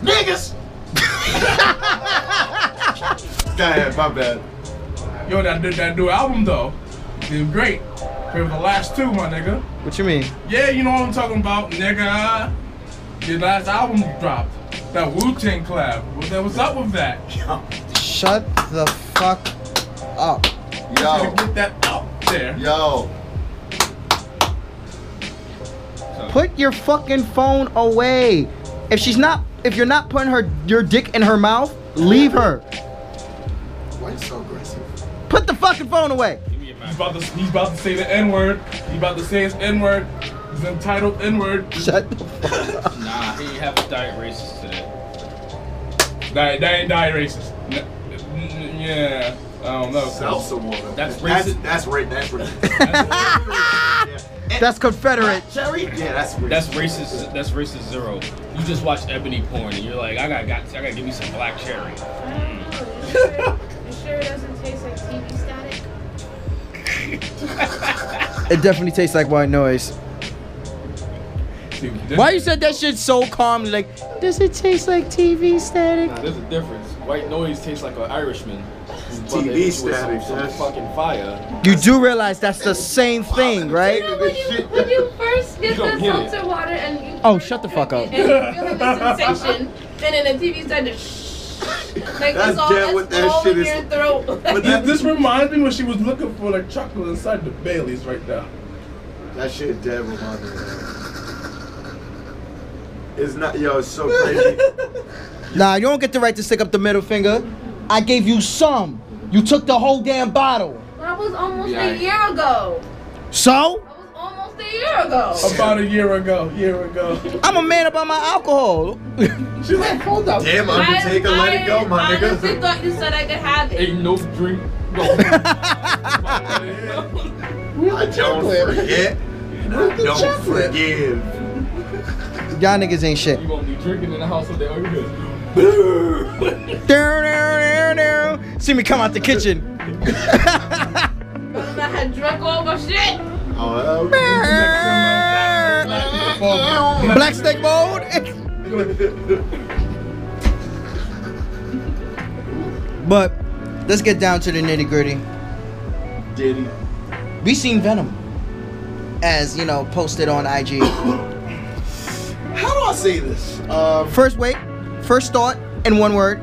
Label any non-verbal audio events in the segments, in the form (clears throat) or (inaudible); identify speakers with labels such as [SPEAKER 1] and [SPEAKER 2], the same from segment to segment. [SPEAKER 1] Niggas!
[SPEAKER 2] Damn, my bad.
[SPEAKER 1] Yo, that, that new album, though, did great. For the last two, my nigga.
[SPEAKER 3] What you mean?
[SPEAKER 1] Yeah, you know what I'm talking about, nigga. Your last album dropped. That Wu Tang collab. What the- What's up with that?
[SPEAKER 3] Shut the fuck up.
[SPEAKER 1] Gotta
[SPEAKER 2] Yo,
[SPEAKER 1] get that out there.
[SPEAKER 2] yo.
[SPEAKER 3] Put your fucking phone away. If she's not, if you're not putting her your dick in her mouth, leave her.
[SPEAKER 2] Why you so aggressive?
[SPEAKER 3] Put the fucking phone away.
[SPEAKER 1] He's about to, he's about to say the N word. He's about to say his N word. He's entitled N word.
[SPEAKER 3] Shut. The fuck.
[SPEAKER 4] Nah, he have a diet racist today.
[SPEAKER 1] That, that ain't die racist. N- n- yeah, I don't know.
[SPEAKER 2] Salsa water.
[SPEAKER 4] That's
[SPEAKER 2] that's
[SPEAKER 4] racist.
[SPEAKER 2] that's ra- that's
[SPEAKER 4] (laughs)
[SPEAKER 2] racist. yeah.
[SPEAKER 3] That's Confederate.
[SPEAKER 2] Cherry? Yeah, that's racist.
[SPEAKER 4] That's racist. That's racist zero. You just watch ebony porn and you're like, I got, got I gotta give me some black cherry.
[SPEAKER 5] You sure, you sure it doesn't taste like TV static?
[SPEAKER 3] It definitely tastes like white noise.
[SPEAKER 1] See, this-
[SPEAKER 3] Why you said that shit so calm? Like, does it taste like TV static?
[SPEAKER 4] There's a difference. White noise tastes like an Irishman.
[SPEAKER 2] TV static. That's
[SPEAKER 4] fucking fire.
[SPEAKER 3] You do realize that's the same thing, right?
[SPEAKER 5] You know when you, when you first get
[SPEAKER 4] You don't
[SPEAKER 5] the
[SPEAKER 4] get it.
[SPEAKER 5] seltzer water and you
[SPEAKER 3] Oh, shut the fuck up.
[SPEAKER 5] and you're feeling the sensation, and then the TV started to shh. Like
[SPEAKER 2] That's
[SPEAKER 5] it's all,
[SPEAKER 2] dead
[SPEAKER 5] it's
[SPEAKER 2] what that
[SPEAKER 5] all
[SPEAKER 2] shit
[SPEAKER 5] in
[SPEAKER 2] is. (laughs)
[SPEAKER 5] your throat.
[SPEAKER 2] But
[SPEAKER 1] This,
[SPEAKER 2] that,
[SPEAKER 1] this reminds me when she was looking for the chocolate inside the Baileys right now.
[SPEAKER 2] that shit dead reminded me. of- It's not yo, it's so
[SPEAKER 4] (laughs)
[SPEAKER 2] crazy.
[SPEAKER 3] Nah, you don't get the right to stick up the middle finger. I gave you some. You took the whole damn bottle.
[SPEAKER 5] (laughs) that was almost
[SPEAKER 4] Yeah.
[SPEAKER 5] a year ago.
[SPEAKER 3] So?
[SPEAKER 5] That was almost a year ago.
[SPEAKER 1] About a year ago, year ago.
[SPEAKER 3] I'm a man about my alcohol. (laughs)
[SPEAKER 1] She's like, hold up.
[SPEAKER 2] Damn Undertaker, let it go, my
[SPEAKER 5] I honestly
[SPEAKER 2] nigga.
[SPEAKER 5] thought you said I could have
[SPEAKER 4] (laughs)
[SPEAKER 5] it.
[SPEAKER 4] Ain't no drink. No. (laughs)
[SPEAKER 2] I don't forget. and I don't forgive.
[SPEAKER 3] Y'all niggas ain't shit.
[SPEAKER 4] you gonna be drinking in the house with that. Oh, you good.
[SPEAKER 3] Down, down, down, down. See me come out the kitchen. (laughs)
[SPEAKER 5] I had drunk all
[SPEAKER 2] (laughs)
[SPEAKER 5] my shit. (laughs)
[SPEAKER 2] Oh, hell.
[SPEAKER 3] Black snake mode. (laughs) but let's get down to the nitty gritty.
[SPEAKER 2] Diddy.
[SPEAKER 3] We seen Venom, as you know, posted on IG.
[SPEAKER 2] How do I say this? Um,
[SPEAKER 3] (coughs) First wait, first thought in one word.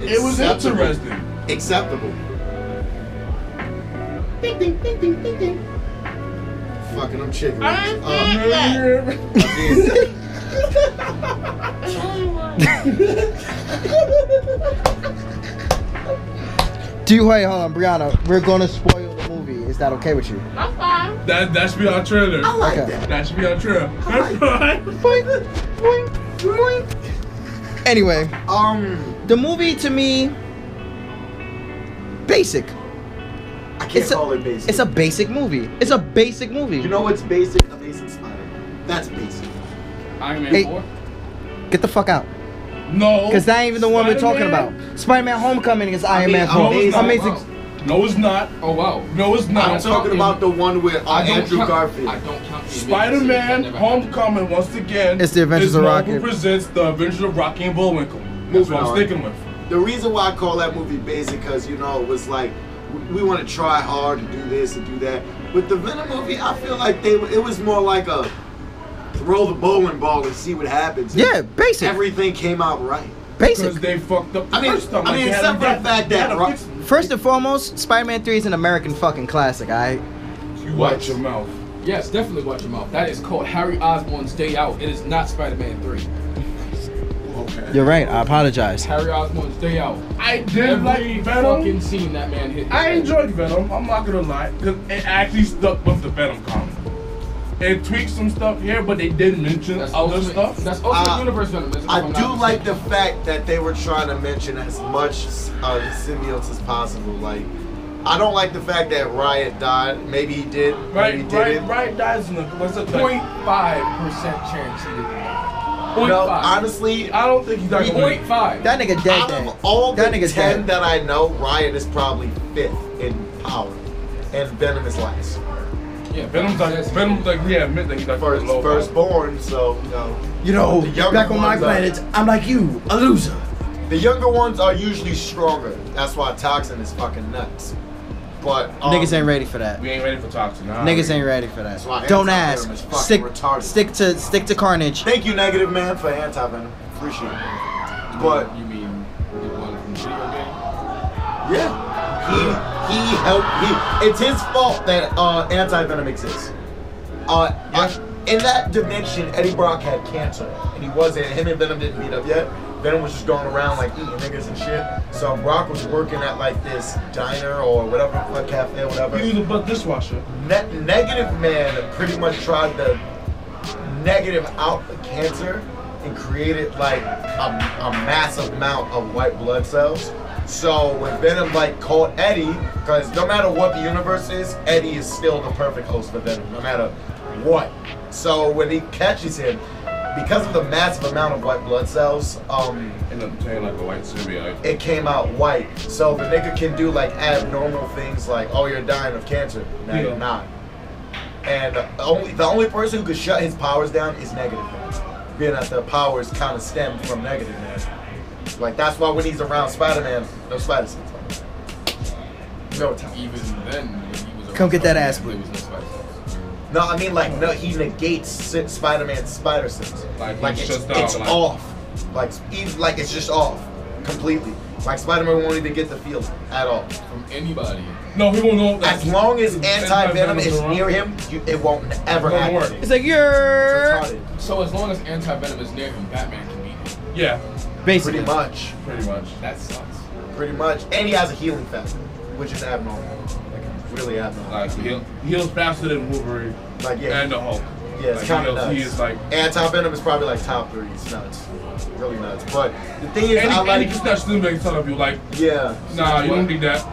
[SPEAKER 1] It was
[SPEAKER 2] acceptable.
[SPEAKER 1] interesting.
[SPEAKER 2] Acceptable. Ding, ding, ding, ding, ding, ding. Fucking, I'm chicken. Um, again,
[SPEAKER 3] Do you wait? Hold on, Brianna. We're gonna spoil the movie. Is that okay with you?
[SPEAKER 5] I'm fine.
[SPEAKER 1] That that should be our trailer.
[SPEAKER 3] Okay.
[SPEAKER 1] That should be our trailer.
[SPEAKER 3] Boing, boing, boing. Anyway,
[SPEAKER 2] (laughs) um,
[SPEAKER 3] the movie to me, basic.
[SPEAKER 2] I can't
[SPEAKER 3] It's a-
[SPEAKER 2] call it basic.
[SPEAKER 3] It's a basic movie. It's a basic movie.
[SPEAKER 2] You know what's basic? Amazing Spider. That's basic.
[SPEAKER 4] Iron Man
[SPEAKER 3] Hey.
[SPEAKER 4] 4.
[SPEAKER 3] Get the fuck out.
[SPEAKER 1] no.
[SPEAKER 3] Cause that ain't even the one we're talking about.
[SPEAKER 1] Spider-Man.
[SPEAKER 3] Spider-Man: Homecoming is Iron
[SPEAKER 2] mean,
[SPEAKER 3] Man 4.
[SPEAKER 2] amazing.
[SPEAKER 3] Amazing.
[SPEAKER 1] No, it's not.
[SPEAKER 4] Oh wow.
[SPEAKER 1] No, it's
[SPEAKER 2] I'm
[SPEAKER 1] not.
[SPEAKER 2] talking about the one with uh,
[SPEAKER 4] I don't
[SPEAKER 2] Andrew
[SPEAKER 4] count-
[SPEAKER 2] Garfield.
[SPEAKER 4] I don't count. the
[SPEAKER 1] Spider-Man:
[SPEAKER 4] Avengers. That never happened.
[SPEAKER 1] Homecoming once again.
[SPEAKER 3] It's the Adventures
[SPEAKER 1] is
[SPEAKER 3] of
[SPEAKER 1] Marvel
[SPEAKER 3] Rocket.
[SPEAKER 1] presents the Adventures of Rocky and Bullwinkle. That's
[SPEAKER 2] Moving
[SPEAKER 1] what I'm
[SPEAKER 2] on.
[SPEAKER 1] sticking with.
[SPEAKER 2] The reason why I call that movie basic, because you know, it was like we- we want to try hard and do this and do that. With the Venom movie, I feel like they it was more like a throw the bowling ball and see what happens.
[SPEAKER 3] Yeah, basic.
[SPEAKER 2] everything came out right.
[SPEAKER 3] basic.
[SPEAKER 1] Because they fucked up the
[SPEAKER 2] I mean-
[SPEAKER 1] first time.
[SPEAKER 2] I mean,
[SPEAKER 1] they had
[SPEAKER 2] except
[SPEAKER 1] to
[SPEAKER 2] for the
[SPEAKER 1] get-
[SPEAKER 2] fact
[SPEAKER 1] they
[SPEAKER 2] that
[SPEAKER 1] had to
[SPEAKER 2] Rock-
[SPEAKER 1] fix-
[SPEAKER 3] First and foremost, Spider-Man 3 is an American fucking classic. I.
[SPEAKER 1] You watch your mouth.
[SPEAKER 4] Yes, definitely watch your mouth. That is called Harry Osborn's Day Out. It is not Spider-Man 3.
[SPEAKER 2] Okay.
[SPEAKER 3] You're right. I apologize.
[SPEAKER 4] Harry Osborn's Day Out.
[SPEAKER 1] I did
[SPEAKER 4] Every
[SPEAKER 1] like
[SPEAKER 4] fucking
[SPEAKER 1] Venom.
[SPEAKER 4] scene that man hit.
[SPEAKER 1] I enjoyed Venom. I'm not gonna lie, because it actually stuck with the Venom comic. It tweaked some stuff here, but they did mention
[SPEAKER 4] That's
[SPEAKER 1] other
[SPEAKER 4] ultimate,
[SPEAKER 1] stuff.
[SPEAKER 4] That's ultimate
[SPEAKER 2] Uh,
[SPEAKER 4] universe Venom. if
[SPEAKER 2] I
[SPEAKER 4] I'm not
[SPEAKER 2] do like the
[SPEAKER 4] mistaken.
[SPEAKER 2] fact that they were trying to mention as much uh, symbiotes as possible. Like, I don't like the fact that Riot died. Maybe he did.
[SPEAKER 1] right,
[SPEAKER 2] maybe he
[SPEAKER 1] right,
[SPEAKER 2] didn't.
[SPEAKER 1] right. Dies in the what's the
[SPEAKER 4] Point five percent chance he did that. Point
[SPEAKER 2] No,
[SPEAKER 4] five.
[SPEAKER 2] honestly,
[SPEAKER 1] I don't think he's not gonna
[SPEAKER 4] Point
[SPEAKER 1] win.
[SPEAKER 4] five.
[SPEAKER 3] That nigga dead.
[SPEAKER 2] out
[SPEAKER 3] dead.
[SPEAKER 2] of all
[SPEAKER 3] that
[SPEAKER 2] the
[SPEAKER 3] nigga's
[SPEAKER 2] ten
[SPEAKER 3] dead.
[SPEAKER 2] that I know, Riot is probably fifth in power, and Venom is last.
[SPEAKER 4] Yeah,
[SPEAKER 1] Venom's like, Venom's like, yeah, admit that he's like
[SPEAKER 2] First,
[SPEAKER 1] low.
[SPEAKER 2] firstborn, so you know.
[SPEAKER 6] You know,
[SPEAKER 2] The younger
[SPEAKER 6] back on my
[SPEAKER 2] ones are-
[SPEAKER 6] planet, I'm like you, a loser.
[SPEAKER 2] The younger ones are usually stronger. That's why toxin is fucking nuts. But um,
[SPEAKER 3] Niggas ain't ready for that.
[SPEAKER 1] We ain't ready for toxin. Nah,
[SPEAKER 3] Niggas ain't ready for
[SPEAKER 2] That's why
[SPEAKER 3] that. Don't ask.
[SPEAKER 2] anti-venom is fucking
[SPEAKER 3] Stick,
[SPEAKER 2] retarded.
[SPEAKER 3] stick to, stick to Carnage.
[SPEAKER 2] Thank you, negative man, for anti venom. Appreciate it. But
[SPEAKER 4] You mean the one from the video game?
[SPEAKER 2] yeah, he he helped. He it's his fault that uh, anti venom exists. Uh, in that dimension, Eddie Brock had cancer, and he wasn't. Him and Venom didn't meet up yet. Venom was just going around like eating niggas and shit. So Brock was working at like this diner or whatever, like cafe, or whatever.
[SPEAKER 1] He was a butt dishwasher.
[SPEAKER 2] Ne- negative man pretty much tried to negative out the cancer and created like a, a massive amount of white blood cells. So when Venom like called Eddie, because no matter what the universe is, Eddie is still the perfect host for Venom, no matter what. So when he catches him, because of the massive amount of white blood cells, um,
[SPEAKER 1] End up turning like a white symbiote.
[SPEAKER 2] it came out white. So the nigga can do like abnormal things like, oh, you're dying of cancer. No,
[SPEAKER 1] Yeah.
[SPEAKER 2] you're not. And the only the only person who could shut his powers down is negative man. Being that the powers kind of stem from negative man. Like that's why when he's around Spider Man, no Spider Sense. No time.
[SPEAKER 4] Even then, when he was a
[SPEAKER 3] Come get that
[SPEAKER 4] Spider-Man,
[SPEAKER 3] ass,
[SPEAKER 4] there was no Spider-Man.
[SPEAKER 2] No, I mean like no, he negates Spider Man's Spider Sense.
[SPEAKER 1] Like, he
[SPEAKER 2] it's,
[SPEAKER 1] shuts down,
[SPEAKER 2] it's
[SPEAKER 1] like-
[SPEAKER 2] off. Like he's like it's just off completely. Like Spider Man won't even get the feeling at all.
[SPEAKER 4] From anybody.
[SPEAKER 1] No, he won't know.
[SPEAKER 2] As long as anti venom
[SPEAKER 1] Anti-venom's
[SPEAKER 2] is
[SPEAKER 1] around.
[SPEAKER 2] near him, you, it won't ever
[SPEAKER 1] Won't work.
[SPEAKER 2] happen.
[SPEAKER 3] It's like you're
[SPEAKER 4] So as long as anti-venom is near him, Batman can beat him.
[SPEAKER 1] Yeah,
[SPEAKER 3] basically.
[SPEAKER 2] Pretty much,
[SPEAKER 1] pretty much.
[SPEAKER 4] That sucks.
[SPEAKER 2] pretty much, and he has a healing factor, which is abnormal, like really abnormal.
[SPEAKER 1] Like he heal- heals faster than Wolverine
[SPEAKER 2] Like yeah,
[SPEAKER 1] and the Hulk.
[SPEAKER 2] yeah, it's
[SPEAKER 1] like,
[SPEAKER 2] kind of nuts.
[SPEAKER 1] he heals- He is like,
[SPEAKER 2] anti venom is probably like top three. It's nuts, really nuts. But the thing is,
[SPEAKER 1] and
[SPEAKER 2] I
[SPEAKER 1] he, and he
[SPEAKER 2] like
[SPEAKER 1] gets that symbiote telling you like,
[SPEAKER 2] yeah.
[SPEAKER 1] nah, you
[SPEAKER 4] what?
[SPEAKER 1] don't need that.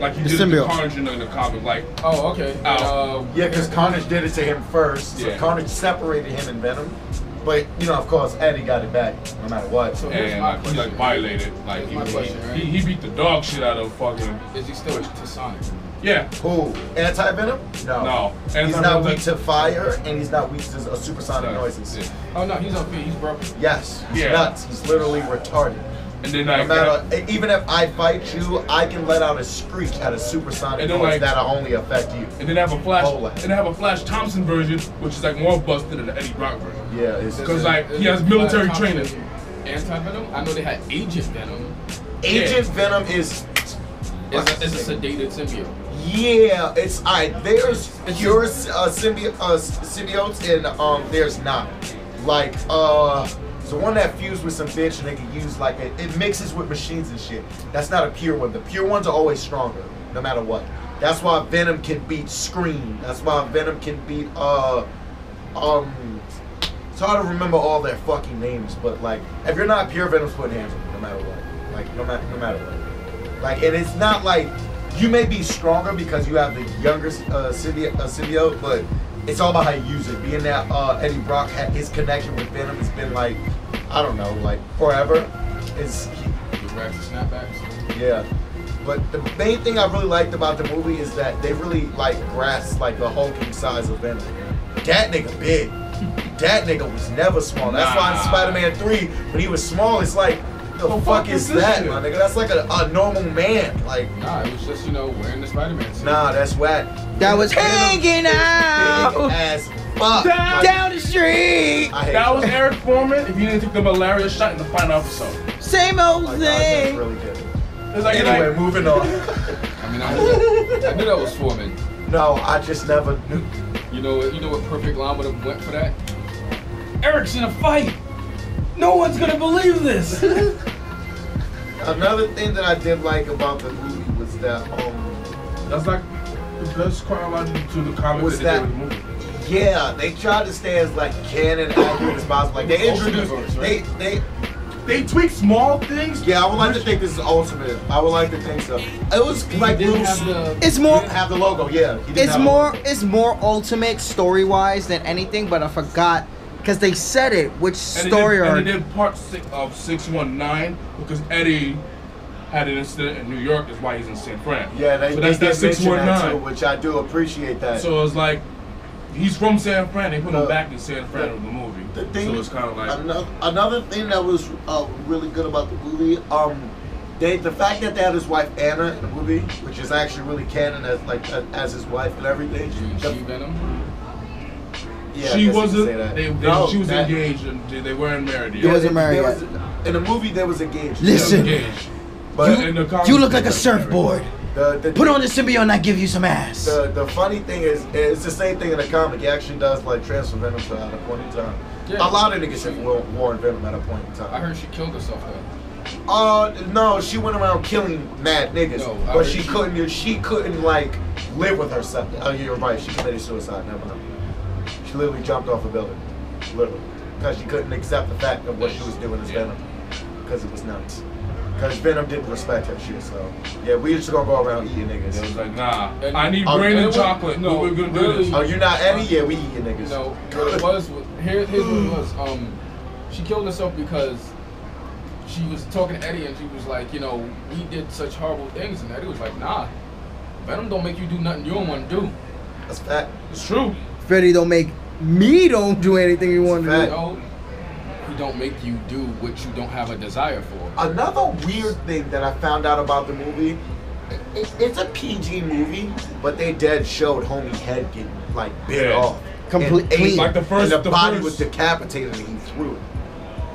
[SPEAKER 1] Like you
[SPEAKER 3] The
[SPEAKER 1] did it to
[SPEAKER 3] symbiote.
[SPEAKER 1] Carnage in the, in the comic, like
[SPEAKER 4] Oh, okay.
[SPEAKER 1] Ow.
[SPEAKER 4] Uh,
[SPEAKER 2] Yeah, because Carnage did it to him first. So
[SPEAKER 1] Yeah.
[SPEAKER 2] Carnage separated him and Venom. But, you know, of course, Eddie got it back no matter what. So,
[SPEAKER 4] So- Here's
[SPEAKER 1] and
[SPEAKER 4] my
[SPEAKER 1] like, he like
[SPEAKER 4] question.
[SPEAKER 1] violated, like
[SPEAKER 4] Here's
[SPEAKER 1] he,
[SPEAKER 4] my question,
[SPEAKER 1] he,
[SPEAKER 4] right?
[SPEAKER 1] he, he beat the dog shit out of fucking
[SPEAKER 4] Is he still to Sonic?
[SPEAKER 1] yeah.
[SPEAKER 2] who? Anti Venom? No.
[SPEAKER 1] No,
[SPEAKER 2] he's
[SPEAKER 1] Anti-Venom's
[SPEAKER 2] not weak
[SPEAKER 1] like-
[SPEAKER 2] to fire, and he's not weak to uh, supersonic noises.
[SPEAKER 1] Yeah.
[SPEAKER 4] Oh no, he's unfit. He's broken.
[SPEAKER 2] Yes, he's
[SPEAKER 1] Yeah.
[SPEAKER 2] nuts. He's literally retarded.
[SPEAKER 1] And then
[SPEAKER 2] No
[SPEAKER 1] like,
[SPEAKER 2] matter, e, even if I fight you, I can let out a screech at a supersonic
[SPEAKER 1] And then,
[SPEAKER 2] noise
[SPEAKER 1] like-
[SPEAKER 2] that'll only affect you.
[SPEAKER 1] and then have a flash,
[SPEAKER 2] Hold on.
[SPEAKER 1] and then have a Flash Thompson version, which is like more busted than the Eddie Brock version.
[SPEAKER 2] Yeah, it's
[SPEAKER 1] Because, like, he has military training.
[SPEAKER 4] Anti-venom? I know they had Agent Venom.
[SPEAKER 2] Agent Venom is
[SPEAKER 4] It's a, it's a sedated symbiote.
[SPEAKER 2] Yeah, it's I. There's pure uh, symbi- uh, symbiotes and um, there's not. Like uh, the one that fused with some bitch and they can use like it, it mixes with machines and shit. That's not a pure one. The pure ones are always stronger, no matter what. That's why Venom can beat Scream. That's why Venom can beat uh, um. It's hard to remember all their fucking names, but like, if you're not pure Venom's putting hands on you, no matter what. Like, no matter no matter what. Like, and it's not like you may be stronger because you have the younger uh, symbiote, uh, symbiote, but it's all about how you use it. Being that uh, Eddie Brock had his connection with Venom has been like, I don't know, like forever. It's
[SPEAKER 4] The Rex snapbacks.
[SPEAKER 2] yeah. But the main thing I really liked about the movie is that they really like grasped like the hulking size of Venom. That nigga big. That nigga was never small. That's why in
[SPEAKER 1] Nah.
[SPEAKER 2] Spider-Man 3, when he was small, it's like, the
[SPEAKER 1] The
[SPEAKER 2] fuck,
[SPEAKER 1] fuck
[SPEAKER 2] is
[SPEAKER 1] is this
[SPEAKER 2] that,
[SPEAKER 1] shit?
[SPEAKER 2] my nigga? That's like a, a normal man. Like,
[SPEAKER 4] Nah, it was just you know wearing the Spider-Man suit.
[SPEAKER 2] Nah, that's whack.
[SPEAKER 3] That was hanging
[SPEAKER 2] Big
[SPEAKER 3] out
[SPEAKER 2] ass fuck.
[SPEAKER 1] Down-
[SPEAKER 2] Like,
[SPEAKER 3] down the street.
[SPEAKER 2] I hate
[SPEAKER 1] That was
[SPEAKER 2] that.
[SPEAKER 1] Eric Foreman. If you didn't take the malaria shot in the final episode,
[SPEAKER 3] Same old
[SPEAKER 2] Oh my God, that's
[SPEAKER 3] thing.
[SPEAKER 2] really good.
[SPEAKER 1] it's like,
[SPEAKER 2] Anyway,
[SPEAKER 1] like
[SPEAKER 2] moving on.
[SPEAKER 1] (laughs)
[SPEAKER 4] I mean, I knew, I knew that was Foreman.
[SPEAKER 2] No, I just never knew.
[SPEAKER 4] You know, what- you know what perfect line would have went for that? Eric's in a fight. No one's gonna
[SPEAKER 2] (laughs)
[SPEAKER 4] believe this.
[SPEAKER 2] Another thing that I did like about the movie was that, um,
[SPEAKER 1] that's like that's chronological to the comic
[SPEAKER 2] Was
[SPEAKER 1] that, they did
[SPEAKER 2] that-
[SPEAKER 1] with the movie.
[SPEAKER 2] yeah, they tried to stay as like canon accurate as possible. Like they
[SPEAKER 4] Ultimate
[SPEAKER 2] introduced,
[SPEAKER 4] verse,
[SPEAKER 2] they,
[SPEAKER 4] right?
[SPEAKER 2] they,
[SPEAKER 1] They tweak small things.
[SPEAKER 2] yeah. I would like to think this is ultimate. I would like to think so. It was like
[SPEAKER 4] didn't
[SPEAKER 2] little.
[SPEAKER 4] have the-
[SPEAKER 3] It's
[SPEAKER 2] he
[SPEAKER 3] more.
[SPEAKER 2] didn't have the logo. Yeah, he didn't
[SPEAKER 3] It's
[SPEAKER 2] have a
[SPEAKER 3] more.
[SPEAKER 2] logo.
[SPEAKER 3] It's more ultimate story wise than anything. But I forgot because they said it. Which
[SPEAKER 1] And
[SPEAKER 3] story
[SPEAKER 1] they did,
[SPEAKER 3] arc?
[SPEAKER 1] And they did part six of six one nine because Eddie had an incident in New York. Is why he's in San Fran.
[SPEAKER 2] Yeah, they,
[SPEAKER 1] so that's
[SPEAKER 2] they
[SPEAKER 1] that
[SPEAKER 2] did
[SPEAKER 1] six
[SPEAKER 2] mention
[SPEAKER 1] one
[SPEAKER 2] that too,
[SPEAKER 1] nine.
[SPEAKER 2] which I do appreciate that.
[SPEAKER 1] So it's like He's from San Fran. They put him
[SPEAKER 2] The-
[SPEAKER 1] back in San Fran of the movie.
[SPEAKER 2] Uh, The thing,
[SPEAKER 1] so it's kind of like
[SPEAKER 2] another, another thing that was uh, really good about the movie, um, they the fact that they had his wife Anna in the movie, which is actually really canon as like a- as his wife and everything.
[SPEAKER 4] She,
[SPEAKER 2] The-
[SPEAKER 4] she Venom.
[SPEAKER 2] yeah, I guess
[SPEAKER 1] she
[SPEAKER 2] you could
[SPEAKER 1] wasn't.
[SPEAKER 2] say that.
[SPEAKER 1] They, they,
[SPEAKER 2] No,
[SPEAKER 1] she was
[SPEAKER 2] that-
[SPEAKER 1] engaged and they, they weren't married.
[SPEAKER 2] yeah,
[SPEAKER 1] Yet.
[SPEAKER 3] It wasn't
[SPEAKER 2] they- they
[SPEAKER 3] married
[SPEAKER 2] was-
[SPEAKER 3] yet.
[SPEAKER 2] in the movie, they was engaged.
[SPEAKER 1] They were
[SPEAKER 6] Listen.
[SPEAKER 1] engaged.
[SPEAKER 2] but
[SPEAKER 1] in the comic
[SPEAKER 6] You look like a
[SPEAKER 1] book, they were married.
[SPEAKER 6] surfboard.
[SPEAKER 2] the, the,
[SPEAKER 6] Put on the symbiote and I give you some ass.
[SPEAKER 2] The, the funny thing is, it's the same thing in the comic. He actually does like transfer Venom to at a point in time.
[SPEAKER 4] Yeah.
[SPEAKER 2] A lot of niggas have war- worn Venom at a point in
[SPEAKER 4] I
[SPEAKER 2] time.
[SPEAKER 4] heard she killed herself though.
[SPEAKER 2] Uh, no, she went around killing mad niggas,
[SPEAKER 4] No, I
[SPEAKER 2] but
[SPEAKER 4] heard
[SPEAKER 2] she
[SPEAKER 4] she-
[SPEAKER 2] couldn't. She couldn't like live with herself. Oh, yeah, you're right. She committed suicide. Never mind. She literally jumped off a building, literally, because she couldn't accept the fact of what she was doing as
[SPEAKER 4] Yeah.
[SPEAKER 2] Venom, because it was nuts. Because Venom didn't respect her shit. So yeah, we just gonna go around eating
[SPEAKER 1] It was
[SPEAKER 2] niggas.
[SPEAKER 1] like, nah,
[SPEAKER 4] And-
[SPEAKER 1] I need
[SPEAKER 2] Oh,
[SPEAKER 1] brain
[SPEAKER 4] and
[SPEAKER 1] and
[SPEAKER 4] it was-
[SPEAKER 1] chocolate.
[SPEAKER 4] no,
[SPEAKER 1] No, we're gonna do
[SPEAKER 4] really-
[SPEAKER 1] this.
[SPEAKER 2] Oh, you not Eddie? Yeah, we eating niggas.
[SPEAKER 4] No, what it was here, here's what it was. Um, she killed herself because she was talking to Eddie and she was like, you know, we did such horrible things, and Eddie was like, nah, Venom don't make you do nothing you don't want to do.
[SPEAKER 2] (laughs) That's fact.
[SPEAKER 1] It's true.
[SPEAKER 3] Freddy don't make me don't do anything you want to
[SPEAKER 2] Fact.
[SPEAKER 3] do.
[SPEAKER 4] No, he don't make you do what you don't have a desire for.
[SPEAKER 2] Another weird thing that I found out about the movie, it, it's a PG movie, but they dead showed homie head getting like bit
[SPEAKER 1] Yeah.
[SPEAKER 2] off,
[SPEAKER 3] Complete-
[SPEAKER 2] And ate-
[SPEAKER 3] clean. Like
[SPEAKER 1] the
[SPEAKER 2] and
[SPEAKER 1] first-
[SPEAKER 2] the,
[SPEAKER 1] the
[SPEAKER 2] body
[SPEAKER 1] first-
[SPEAKER 2] was decapitated and he threw it.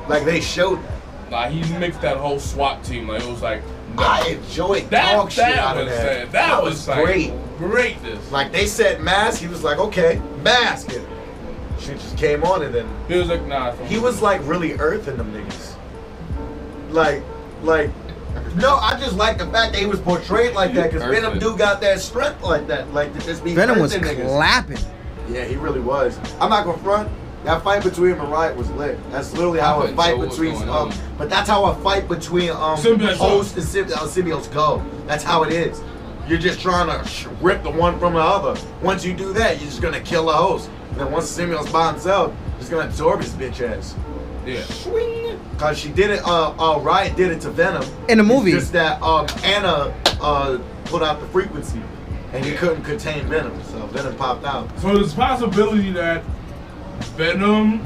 [SPEAKER 2] Like they showed. it.
[SPEAKER 1] Nah, he mixed that whole SWAT team. Like it was like, nah.
[SPEAKER 2] I enjoyed
[SPEAKER 1] That
[SPEAKER 2] dog shit
[SPEAKER 1] that
[SPEAKER 2] out of
[SPEAKER 1] was
[SPEAKER 2] that.
[SPEAKER 1] sad. That was like,
[SPEAKER 2] great.
[SPEAKER 1] Greatness.
[SPEAKER 2] Like they said mask, he was like okay mask it. She just came on and then
[SPEAKER 1] He was like, nah. it's-
[SPEAKER 2] He was like really earthing them niggas. Like, like, no, I just like the fact that he was portrayed like that because Venom
[SPEAKER 4] Earthing.
[SPEAKER 2] dude got that strength like that, like to just be
[SPEAKER 3] Venom was
[SPEAKER 2] earthing niggas.
[SPEAKER 3] clapping.
[SPEAKER 2] Yeah, he really was. I'm not gonna front. That fight between him and Riot was lit. That's literally how a
[SPEAKER 4] Couldn't
[SPEAKER 2] fight
[SPEAKER 4] tell what was
[SPEAKER 2] between
[SPEAKER 4] going
[SPEAKER 2] um,
[SPEAKER 4] on.
[SPEAKER 2] but that's how a fight between um
[SPEAKER 1] Symbiotes
[SPEAKER 2] host and symbi- uh, symbiotes go. That's how it is. You're just trying to sh- rip the one from the other. Once you do that, you're just gonna kill the host. And then once the symbiote's by himself, he's gonna absorb his bitch ass.
[SPEAKER 1] yeah.
[SPEAKER 2] Cause she did it. Uh, uh, Riot did it to Venom
[SPEAKER 3] In the movie.
[SPEAKER 2] Just that um, Anna uh, put out the frequency, and he couldn't contain Venom, so Venom popped out.
[SPEAKER 1] So there's a possibility that Venom.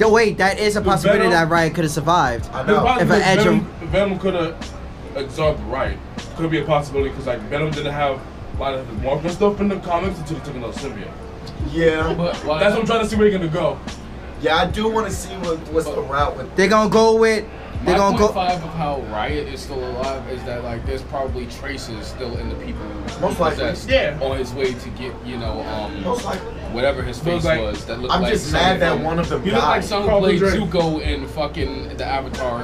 [SPEAKER 3] No, wait, that is a
[SPEAKER 1] The
[SPEAKER 3] possibility
[SPEAKER 1] Venom-
[SPEAKER 3] that Riot could have survived.
[SPEAKER 2] I
[SPEAKER 1] There's a
[SPEAKER 2] know.
[SPEAKER 3] If I
[SPEAKER 1] possibility
[SPEAKER 3] edge
[SPEAKER 1] Venom,
[SPEAKER 3] him-
[SPEAKER 1] Venom could have absorbed right. Could be a possibility because like Venom didn't have a lot of his marker stuff in the comics until he took another symbiote.
[SPEAKER 2] Yeah,
[SPEAKER 4] But like,
[SPEAKER 1] That's what I'm trying to see where you're gonna go.
[SPEAKER 2] yeah. I do want to see what what's the route with.
[SPEAKER 3] They're gonna go with. They're
[SPEAKER 4] my
[SPEAKER 3] gonna
[SPEAKER 4] point
[SPEAKER 3] go.
[SPEAKER 4] five of how Riot is still alive is that like there's probably traces still in the people he
[SPEAKER 2] Most likely.
[SPEAKER 4] possessed
[SPEAKER 1] Yeah.
[SPEAKER 4] on his way to get you know um
[SPEAKER 2] Most likely.
[SPEAKER 4] whatever his
[SPEAKER 1] Looks
[SPEAKER 4] face
[SPEAKER 1] like-
[SPEAKER 4] was that looked
[SPEAKER 2] I'm
[SPEAKER 4] like
[SPEAKER 2] just mad that
[SPEAKER 4] someone-
[SPEAKER 2] one of them
[SPEAKER 1] You
[SPEAKER 2] died.
[SPEAKER 1] look like
[SPEAKER 4] Like someone
[SPEAKER 1] Probably
[SPEAKER 4] played
[SPEAKER 1] Drake.
[SPEAKER 4] Zuko in fucking the Avatar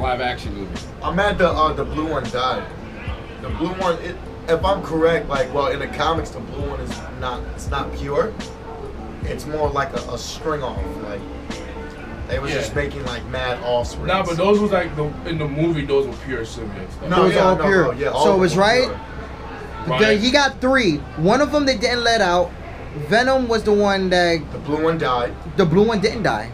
[SPEAKER 4] live action movie.
[SPEAKER 2] I'm mad the uh, the blue one died. The blue one, it, if I'm correct, like well in the comics, the blue one is not it's not pure. It's more like a, a string off. Like they was
[SPEAKER 1] Yeah.
[SPEAKER 2] just making like mad offspring.
[SPEAKER 1] Nah, but those was like the in the movie. Those were pure symbiotes. though.
[SPEAKER 3] It was all pure.
[SPEAKER 2] all
[SPEAKER 3] So
[SPEAKER 2] of
[SPEAKER 3] it was
[SPEAKER 2] them were
[SPEAKER 3] right?
[SPEAKER 2] pure.
[SPEAKER 1] Right.
[SPEAKER 3] There, he got three. One of them they didn't let out. Venom was the one that
[SPEAKER 2] The blue one died.
[SPEAKER 3] the blue one didn't die.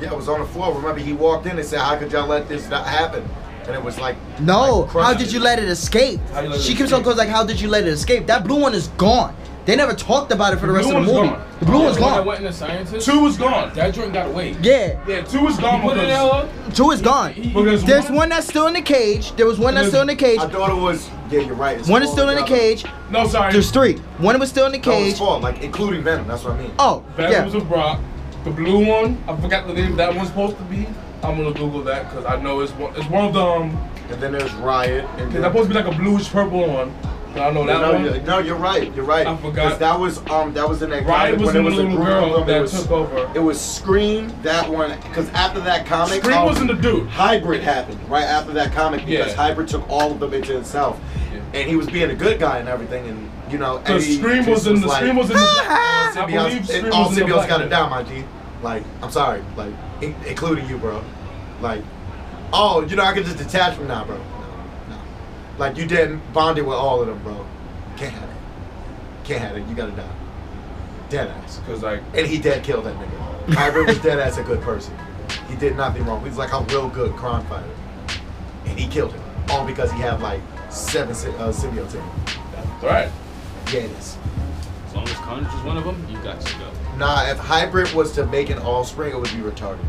[SPEAKER 2] Yeah, it was on the floor. Remember, he walked in and said, "How could y'all let this not happen?" And it was like,
[SPEAKER 3] No,
[SPEAKER 2] like, crushed
[SPEAKER 3] how did
[SPEAKER 2] it.
[SPEAKER 3] you let it escape?
[SPEAKER 1] How you let it
[SPEAKER 3] She keeps
[SPEAKER 1] escape?
[SPEAKER 3] on goes like, how did you let it escape? That blue one is gone. They never talked about it for the,
[SPEAKER 1] The
[SPEAKER 3] rest
[SPEAKER 1] blue
[SPEAKER 3] of the
[SPEAKER 1] one
[SPEAKER 3] movie.
[SPEAKER 1] is gone.
[SPEAKER 3] The blue
[SPEAKER 4] Yeah,
[SPEAKER 3] one's
[SPEAKER 4] when I
[SPEAKER 3] gone.
[SPEAKER 4] went in the scientist.
[SPEAKER 1] Two was gone.
[SPEAKER 4] That joint got away.
[SPEAKER 3] Yeah,
[SPEAKER 1] Yeah, two was gone
[SPEAKER 4] Put it in
[SPEAKER 1] because
[SPEAKER 4] her-
[SPEAKER 3] two is gone.
[SPEAKER 1] Because
[SPEAKER 3] There's
[SPEAKER 1] one-
[SPEAKER 3] one that's still in the cage. There was one that's
[SPEAKER 1] There's-
[SPEAKER 3] still in the cage.
[SPEAKER 2] I thought it was. Yeah, you're right. It's
[SPEAKER 3] One is
[SPEAKER 2] all
[SPEAKER 3] still in the
[SPEAKER 2] together.
[SPEAKER 3] cage.
[SPEAKER 1] no, sorry,
[SPEAKER 3] There's three. One was still in the
[SPEAKER 2] No, it's
[SPEAKER 3] cage.
[SPEAKER 2] four, like including Venom. That's what I mean.
[SPEAKER 3] Oh,
[SPEAKER 1] Venom was
[SPEAKER 3] yeah.
[SPEAKER 1] a Brock. The blue one, I forgot the name that one's supposed to be. I'm gonna Google that because I know it's one. It's one of the um.
[SPEAKER 2] And then there's Riot. And
[SPEAKER 1] Cause
[SPEAKER 2] then,
[SPEAKER 1] that's supposed to be like a bluish purple one. But I know that
[SPEAKER 2] no,
[SPEAKER 1] one.
[SPEAKER 2] you're, no, you're right. You're right.
[SPEAKER 1] I forgot.
[SPEAKER 2] 'Cause that was um, that was in that
[SPEAKER 1] Riot
[SPEAKER 2] comic
[SPEAKER 1] was
[SPEAKER 2] when
[SPEAKER 1] the
[SPEAKER 2] it was a
[SPEAKER 1] little
[SPEAKER 2] group
[SPEAKER 1] girl
[SPEAKER 2] of them.
[SPEAKER 1] that
[SPEAKER 2] it was,
[SPEAKER 1] took over.
[SPEAKER 2] It was Scream. That one. Because after that comic,
[SPEAKER 1] Scream
[SPEAKER 2] um,
[SPEAKER 1] wasn't the dude.
[SPEAKER 2] Hybrid happened right after that comic because
[SPEAKER 1] Yeah.
[SPEAKER 2] Hybrid took all of them into himself,
[SPEAKER 1] Yeah.
[SPEAKER 2] and he was being a good guy and everything, and you know.
[SPEAKER 1] Cause
[SPEAKER 2] Eddie
[SPEAKER 1] Scream
[SPEAKER 2] just
[SPEAKER 1] was in the
[SPEAKER 2] like,
[SPEAKER 1] Scream was
[SPEAKER 4] (laughs)
[SPEAKER 1] in the. (laughs)
[SPEAKER 2] all
[SPEAKER 1] I believe
[SPEAKER 2] symbiotes,
[SPEAKER 1] Scream
[SPEAKER 2] and all
[SPEAKER 1] was in the
[SPEAKER 2] symbiotes
[SPEAKER 1] black
[SPEAKER 2] got it
[SPEAKER 1] one.
[SPEAKER 2] down, my G. Like, I'm sorry, like, in- including you, bro. Like, oh, you know, I can just detach from now, bro. No, no. Like, you didn't bonded with all of them, bro. Can't have it. Can't have it. You gotta die. Dead ass.
[SPEAKER 1] Cause like
[SPEAKER 2] And he dead killed that nigga. Hybrid was dead ass a good person. He did nothing wrong. He was like a real good crime fighter. And he killed him. All because he had like seven sy- uh, symbiotes in him.
[SPEAKER 1] All right.
[SPEAKER 2] Yeah, it is.
[SPEAKER 7] As long as
[SPEAKER 4] Carnage was one of them. You got to go.
[SPEAKER 2] Nah, if Hybrid was to make an offspring, it would be retarded.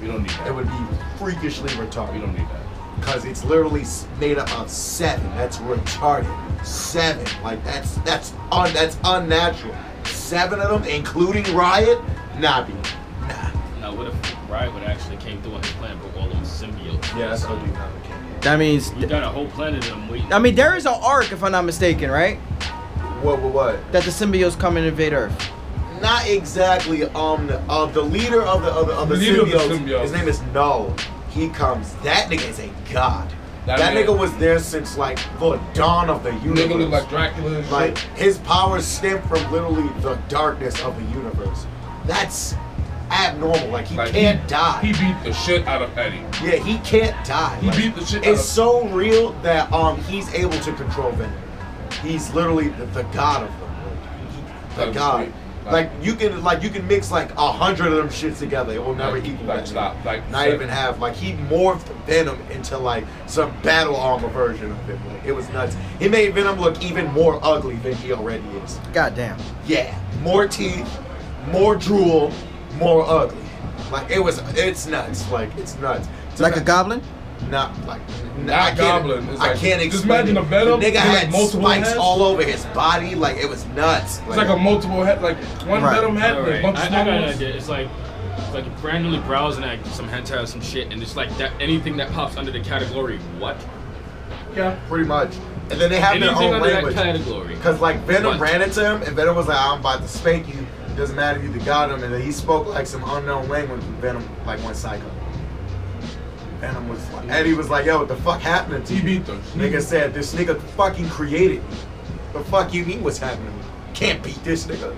[SPEAKER 1] We don't need that.
[SPEAKER 2] It would be freakishly
[SPEAKER 1] We
[SPEAKER 2] retarded.
[SPEAKER 1] don't need that.
[SPEAKER 2] Because it's literally s- made up of seven. That's retarded. Seven. Like, that's that's un, that's unnatural. Seven of them, including Riot? Nah, B. Nah.
[SPEAKER 4] Now, what if Riot would actually came through on his plan, but all them symbiotes?
[SPEAKER 2] Yeah, that's OD. Nah, we can't.
[SPEAKER 3] That means.
[SPEAKER 4] You got a whole planet of them waiting.
[SPEAKER 3] I mean, there is an arc, if I'm not mistaken, right?
[SPEAKER 2] What, what, what?
[SPEAKER 3] That the symbiotes come and invade Earth.
[SPEAKER 2] Not exactly. Um, the, uh, the leader of the of the, of the,
[SPEAKER 1] Leader of the
[SPEAKER 2] symbiotes,
[SPEAKER 1] symbiotes.
[SPEAKER 2] His name is Null. He comes. That nigga is a god.
[SPEAKER 1] That
[SPEAKER 2] That,
[SPEAKER 1] man-
[SPEAKER 2] nigga was there since like the dawn of the universe.
[SPEAKER 8] Nigga look like Dracula and shit.
[SPEAKER 2] Like his powers stem from literally the darkness of the universe. That's abnormal. Like he
[SPEAKER 1] Like,
[SPEAKER 2] can't die.
[SPEAKER 1] He beat the shit out of Eddie.
[SPEAKER 2] yeah, he can't die.
[SPEAKER 1] He
[SPEAKER 2] Like,
[SPEAKER 1] beat the shit out
[SPEAKER 2] It's
[SPEAKER 1] of-
[SPEAKER 2] so real that um he's able to control Venom. He's literally the, the god of them. The
[SPEAKER 1] Like,
[SPEAKER 2] god. Like you can like you can mix like a hundred of them shit together. It will never
[SPEAKER 1] Like,
[SPEAKER 2] equal
[SPEAKER 1] like,
[SPEAKER 2] that.
[SPEAKER 1] stop, like,
[SPEAKER 2] not
[SPEAKER 1] stop.
[SPEAKER 2] even half. Like he morphed Venom into like some battle armor version of him. Like it was nuts. He made Venom look even more ugly than he already is.
[SPEAKER 3] Goddamn.
[SPEAKER 2] Yeah, more teeth, more drool, more ugly. Like it was, it's nuts. Like it's nuts. To
[SPEAKER 3] Like a
[SPEAKER 2] ma-
[SPEAKER 3] goblin?
[SPEAKER 2] Not like n-
[SPEAKER 1] Not
[SPEAKER 2] I can't,
[SPEAKER 1] goblin, it's
[SPEAKER 2] I
[SPEAKER 1] like-
[SPEAKER 2] can't
[SPEAKER 1] just
[SPEAKER 2] explain.
[SPEAKER 1] imagine
[SPEAKER 2] it.
[SPEAKER 1] a Venom
[SPEAKER 2] The nigga
[SPEAKER 1] with,
[SPEAKER 2] had
[SPEAKER 1] like, multiple
[SPEAKER 2] spikes
[SPEAKER 1] heads.
[SPEAKER 2] all over his body. Like it was nuts.
[SPEAKER 1] It's like a multiple head, like one
[SPEAKER 3] Right.
[SPEAKER 1] Venom head and a
[SPEAKER 4] Alright,
[SPEAKER 1] bunch of
[SPEAKER 4] I, I got
[SPEAKER 1] small
[SPEAKER 4] an
[SPEAKER 1] ones.
[SPEAKER 4] idea. It's like, it's like you're randomly browsing at some hentai or some shit, and it's like that anything that pops under the category what?
[SPEAKER 1] Yeah.
[SPEAKER 2] pretty much. And then they have their
[SPEAKER 4] anything
[SPEAKER 2] own
[SPEAKER 4] under that
[SPEAKER 2] language.
[SPEAKER 4] category.
[SPEAKER 2] Cause like Venom
[SPEAKER 4] What?
[SPEAKER 2] ran into him, and Venom was like, "I'm about to spank you." Doesn't matter if you the god him, and then he spoke like some unknown language. And Venom like went psycho. Venom was like, Eddie was like, "Yo, what the fuck happening to
[SPEAKER 1] He
[SPEAKER 2] you?"
[SPEAKER 1] beat them.
[SPEAKER 2] Nigga said, this nigga fucking created me. The fuck you mean what's happening? Can't beat this nigga.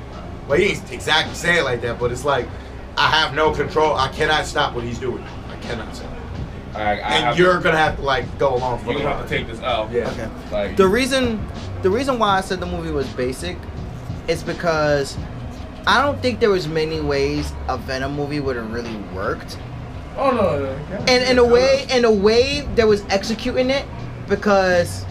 [SPEAKER 2] Well, he ain't exactly saying it like that, but it's like, I have no control. I cannot stop what he's doing. I cannot stop.
[SPEAKER 1] I, I have
[SPEAKER 2] And you're gonna have to like go along for
[SPEAKER 1] You're
[SPEAKER 2] the
[SPEAKER 1] gonna have to
[SPEAKER 2] ride.
[SPEAKER 1] take this out.
[SPEAKER 2] Yeah.
[SPEAKER 3] Okay.
[SPEAKER 1] Like
[SPEAKER 3] The reason, the reason why I said the movie was basic, is because I don't think there was many ways a Venom movie would have really worked.
[SPEAKER 1] Oh no, no, no.
[SPEAKER 3] And in a way, in a way, there was executing it because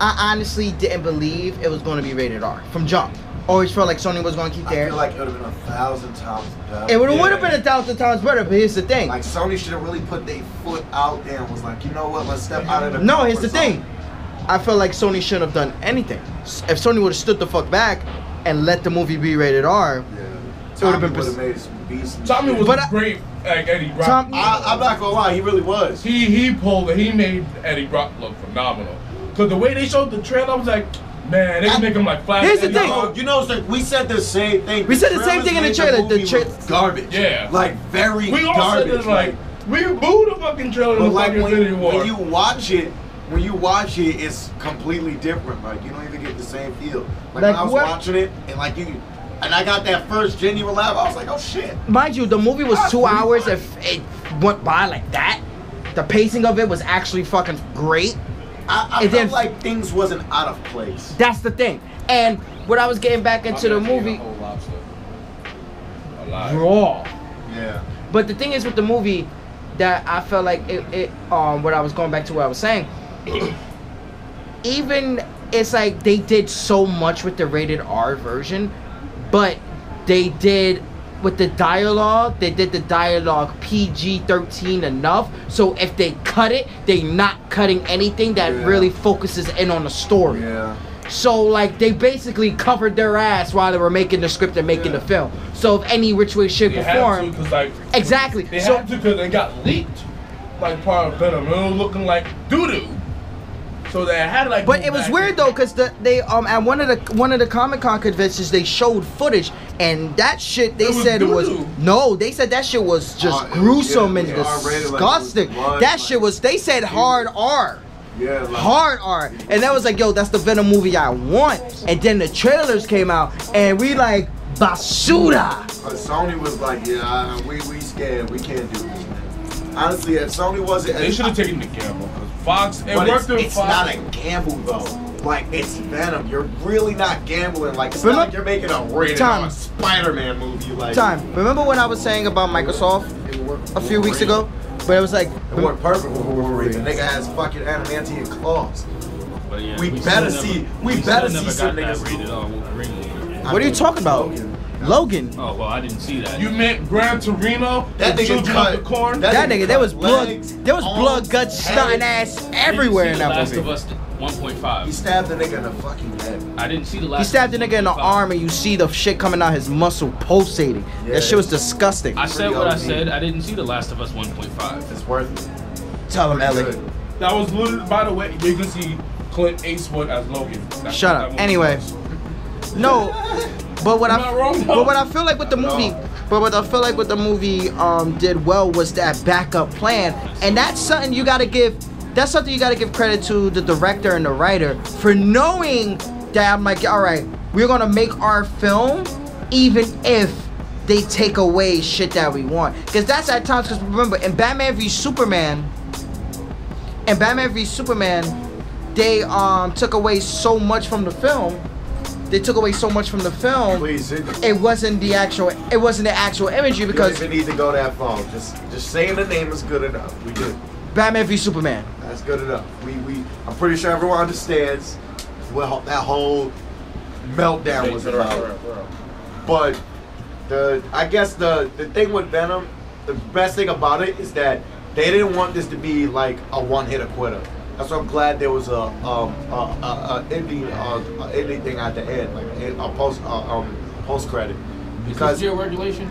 [SPEAKER 3] I honestly didn't believe it was going to be rated R from jump. Always felt like Sony was going to keep
[SPEAKER 9] I
[SPEAKER 3] there.
[SPEAKER 9] feel like it would have been a thousand times better.
[SPEAKER 3] It would have
[SPEAKER 1] Yeah.
[SPEAKER 3] been a thousand times better, but here's the thing.
[SPEAKER 9] Like Sony should have really put their foot out there and was like, you know what? Let's step out of the.
[SPEAKER 3] No, here's the
[SPEAKER 9] comfort
[SPEAKER 3] thing.
[SPEAKER 9] zone.
[SPEAKER 3] I felt like Sony shouldn't have done anything. S- If Sony would have stood the fuck back and let the movie be rated R,
[SPEAKER 9] Yeah.
[SPEAKER 3] would've been
[SPEAKER 9] Tommy
[SPEAKER 3] pers-
[SPEAKER 9] would've made some beast.
[SPEAKER 1] Tommy was
[SPEAKER 3] But I-
[SPEAKER 1] great like Eddie Brock.
[SPEAKER 3] Tom-
[SPEAKER 2] I, I'm not gonna lie, he really was.
[SPEAKER 1] he he pulled it. He made Eddie Brock look phenomenal. Cause the way they showed the trailer, I was like, man, they can make him like flash.
[SPEAKER 3] Here's the
[SPEAKER 1] Eddie
[SPEAKER 3] thing.
[SPEAKER 1] Brock.
[SPEAKER 2] You know, sir, we said the same thing.
[SPEAKER 3] We said the same thing in the
[SPEAKER 2] trailers
[SPEAKER 3] trailer. The
[SPEAKER 2] made
[SPEAKER 3] tra-
[SPEAKER 2] was garbage.
[SPEAKER 1] Yeah.
[SPEAKER 2] Like very
[SPEAKER 1] we all
[SPEAKER 2] garbage.
[SPEAKER 1] said this like we booed the fucking trailer in
[SPEAKER 2] But
[SPEAKER 1] the
[SPEAKER 2] like
[SPEAKER 1] fucking Infinity
[SPEAKER 2] when,
[SPEAKER 1] War.
[SPEAKER 2] when you watch it,
[SPEAKER 9] When you watch it, it's completely different. Like you don't even get the same feel. Like, when
[SPEAKER 3] Like
[SPEAKER 9] I was
[SPEAKER 3] what-
[SPEAKER 9] watching it, and like you, and I got that first genuine laugh. I was like, oh shit.
[SPEAKER 3] mind you, the movie was two hours. If it went by like that, the pacing of it was actually fucking great.
[SPEAKER 9] I, I felt
[SPEAKER 3] And then-
[SPEAKER 9] like things wasn't out of place.
[SPEAKER 3] That's the thing. And what I was getting back into the
[SPEAKER 8] I'm gonna eat
[SPEAKER 3] movie,
[SPEAKER 8] a whole lobster.
[SPEAKER 1] Alive.
[SPEAKER 3] raw.
[SPEAKER 9] Yeah.
[SPEAKER 3] But the thing is with the movie that I felt like it, it um what I was going back to what I was saying. (clears throat) even it's like they did so much with the rated R version, but they did with the dialogue, they did the dialogue PG thirteen enough. So if they cut it, they not cutting anything that
[SPEAKER 9] Yeah.
[SPEAKER 3] really focuses in on the story.
[SPEAKER 9] Yeah.
[SPEAKER 3] So like they basically covered their ass while they were making the script and making
[SPEAKER 9] Yeah.
[SPEAKER 3] the film. So if any which way, shape,
[SPEAKER 1] They
[SPEAKER 3] or
[SPEAKER 1] had to
[SPEAKER 3] form,
[SPEAKER 1] because like
[SPEAKER 3] Exactly.
[SPEAKER 1] They
[SPEAKER 3] So-
[SPEAKER 1] had to because they got leaked like part of Venom. It was looking like doo doo. So they had to, like.
[SPEAKER 3] But
[SPEAKER 1] go
[SPEAKER 3] it was
[SPEAKER 1] back
[SPEAKER 3] weird
[SPEAKER 1] and-
[SPEAKER 3] though, cause the, they um at one of the one of the Comic Con conventions they showed footage, and that shit they
[SPEAKER 1] It was
[SPEAKER 3] said
[SPEAKER 1] doo-doo.
[SPEAKER 3] was no, they said that shit was just
[SPEAKER 9] Oh, it was-
[SPEAKER 3] gruesome
[SPEAKER 9] yeah,
[SPEAKER 3] and
[SPEAKER 9] it was R-rated, like, it was
[SPEAKER 3] disgusting.
[SPEAKER 9] blood,
[SPEAKER 3] that
[SPEAKER 9] like-
[SPEAKER 3] shit was they said hard R,
[SPEAKER 9] Yeah. Like,
[SPEAKER 3] hard R, and that was like yo, that's the Venom movie I want. And then the trailers came out, and we like basura.
[SPEAKER 9] But Sony was like, yeah, I- we we scared. We can't do this. Honestly, if Sony wasn't,
[SPEAKER 1] They should have taken the gamble because Fox. It
[SPEAKER 9] But
[SPEAKER 1] worked
[SPEAKER 9] it's,
[SPEAKER 1] with
[SPEAKER 9] it's not
[SPEAKER 1] Fox.
[SPEAKER 9] a gamble though. Like it's Venom. You're really not gambling. Like it's
[SPEAKER 3] But
[SPEAKER 9] not
[SPEAKER 3] look-
[SPEAKER 9] like you're making a rated
[SPEAKER 3] Time.
[SPEAKER 9] R Spider-Man movie. Like
[SPEAKER 3] Time. Remember what I was saying about Microsoft
[SPEAKER 9] it worked
[SPEAKER 3] a few
[SPEAKER 9] with
[SPEAKER 3] weeks ago? But it was like
[SPEAKER 9] Wolverine. It worked perfect with Wolverine. The nigga has fucking adamantium claws.
[SPEAKER 4] But yeah,
[SPEAKER 9] We
[SPEAKER 4] still
[SPEAKER 9] better
[SPEAKER 4] never-
[SPEAKER 9] see- we
[SPEAKER 4] still
[SPEAKER 9] better see
[SPEAKER 4] never
[SPEAKER 9] some
[SPEAKER 4] got that
[SPEAKER 9] niggas-
[SPEAKER 4] rated R Wolverine movie.
[SPEAKER 3] What are you talking about? Logan.
[SPEAKER 6] Oh well, I didn't see that.
[SPEAKER 1] You meant Gran Torino?
[SPEAKER 2] That
[SPEAKER 1] the
[SPEAKER 2] nigga
[SPEAKER 1] Children
[SPEAKER 2] cut-
[SPEAKER 1] of the Corn?
[SPEAKER 2] that-
[SPEAKER 3] That nigga, there was
[SPEAKER 2] cut
[SPEAKER 3] blood,
[SPEAKER 2] legs,
[SPEAKER 3] there was blood,
[SPEAKER 2] arms,
[SPEAKER 3] guts, snotting
[SPEAKER 2] hands.
[SPEAKER 3] ass everywhere in
[SPEAKER 6] I didn't
[SPEAKER 3] that
[SPEAKER 6] see The
[SPEAKER 3] movie.
[SPEAKER 6] Last of Us 1.5.
[SPEAKER 2] He stabbed the nigga in the fucking head.
[SPEAKER 6] I didn't see the last.
[SPEAKER 3] He stabbed a
[SPEAKER 6] of Us
[SPEAKER 3] nigga in the
[SPEAKER 6] 1.5.
[SPEAKER 3] arm and you see the shit coming out his muscle pulsating.
[SPEAKER 2] Yeah.
[SPEAKER 3] That shit was disgusting.
[SPEAKER 6] I said
[SPEAKER 2] Pretty
[SPEAKER 6] what I
[SPEAKER 2] OD.
[SPEAKER 6] said. I didn't see the Last of Us 1.5.
[SPEAKER 2] It's worth it.
[SPEAKER 3] Tell him, Ellie.
[SPEAKER 2] Good.
[SPEAKER 1] That was literally, by the way, you can see Clint Eastwood as Logan. That's
[SPEAKER 3] Shut
[SPEAKER 1] what
[SPEAKER 3] up.
[SPEAKER 1] that movie
[SPEAKER 3] Anyway.
[SPEAKER 1] was.
[SPEAKER 3] No, but what
[SPEAKER 1] You're
[SPEAKER 3] I
[SPEAKER 1] not wrong, though.
[SPEAKER 3] but what I feel like with the
[SPEAKER 2] Not at
[SPEAKER 3] movie,
[SPEAKER 2] all.
[SPEAKER 3] but what I feel like with the movie um did well was that backup plan, and that's something you gotta give. That's something you gotta give credit to the director and the writer for knowing that I'm like, all right, we're gonna make our film, even if they take away shit that we want, because that's at times. Because remember, in Batman v Superman, in Batman v Superman, they um took away so much from the film. They took away so much from the film.
[SPEAKER 2] Please, it,
[SPEAKER 3] It wasn't the actual. It wasn't the actual imagery
[SPEAKER 2] because
[SPEAKER 3] because
[SPEAKER 2] you don't even need to go that far. Just, just saying the name is good enough. We did.
[SPEAKER 3] Batman v Superman.
[SPEAKER 2] That's good enough. We, we. I'm pretty sure everyone understands what that whole meltdown was
[SPEAKER 1] Right, right,
[SPEAKER 2] about.
[SPEAKER 1] right, right.
[SPEAKER 2] But the I guess the the thing with Venom, the best thing about it is that they didn't want this to be like a one hit a quitter. That's why I'm glad there was a um a, a, a ending uh, a ending thing at the end, like a, a post uh, um post credit,
[SPEAKER 4] Is this
[SPEAKER 2] because
[SPEAKER 4] your regulation?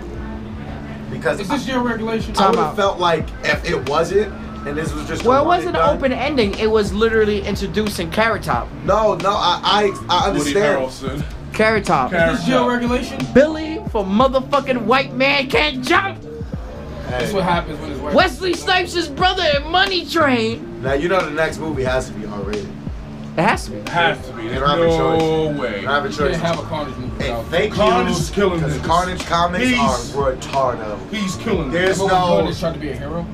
[SPEAKER 2] because
[SPEAKER 4] Is this
[SPEAKER 2] I,
[SPEAKER 4] your regulation?
[SPEAKER 2] I
[SPEAKER 3] Time
[SPEAKER 2] would
[SPEAKER 3] out.
[SPEAKER 2] have felt like if it wasn't, and this was just a
[SPEAKER 3] Well, it
[SPEAKER 2] one and
[SPEAKER 3] wasn't an
[SPEAKER 2] done-
[SPEAKER 3] open ending. It was literally introducing Carrot Top.
[SPEAKER 2] No, no, I I, I
[SPEAKER 1] Woody
[SPEAKER 2] understand.
[SPEAKER 1] Harrelson.
[SPEAKER 3] Carrot Top.
[SPEAKER 1] Carrot-
[SPEAKER 4] Is this your regulation?
[SPEAKER 3] Billy for motherfucking white man can't jump.
[SPEAKER 2] Hey,
[SPEAKER 4] That's what happens when it's white.
[SPEAKER 3] Wesley Snipes' his brother in Money Train.
[SPEAKER 2] now you know the next movie has to be R rated.
[SPEAKER 3] It has to be.
[SPEAKER 1] Has to be. There's
[SPEAKER 2] They don't have a
[SPEAKER 1] no way.
[SPEAKER 2] You don't have a
[SPEAKER 4] You can't
[SPEAKER 2] choice.
[SPEAKER 4] have a carnage movie
[SPEAKER 2] Hey,
[SPEAKER 4] without
[SPEAKER 2] thank
[SPEAKER 1] Carnage
[SPEAKER 2] you.
[SPEAKER 1] is killing
[SPEAKER 2] because
[SPEAKER 1] niggas.
[SPEAKER 2] Carnage comics
[SPEAKER 1] He's-
[SPEAKER 2] are retardo.
[SPEAKER 1] He's killing
[SPEAKER 2] There's
[SPEAKER 4] Remember when
[SPEAKER 2] no
[SPEAKER 4] Carnage tried to be a hero.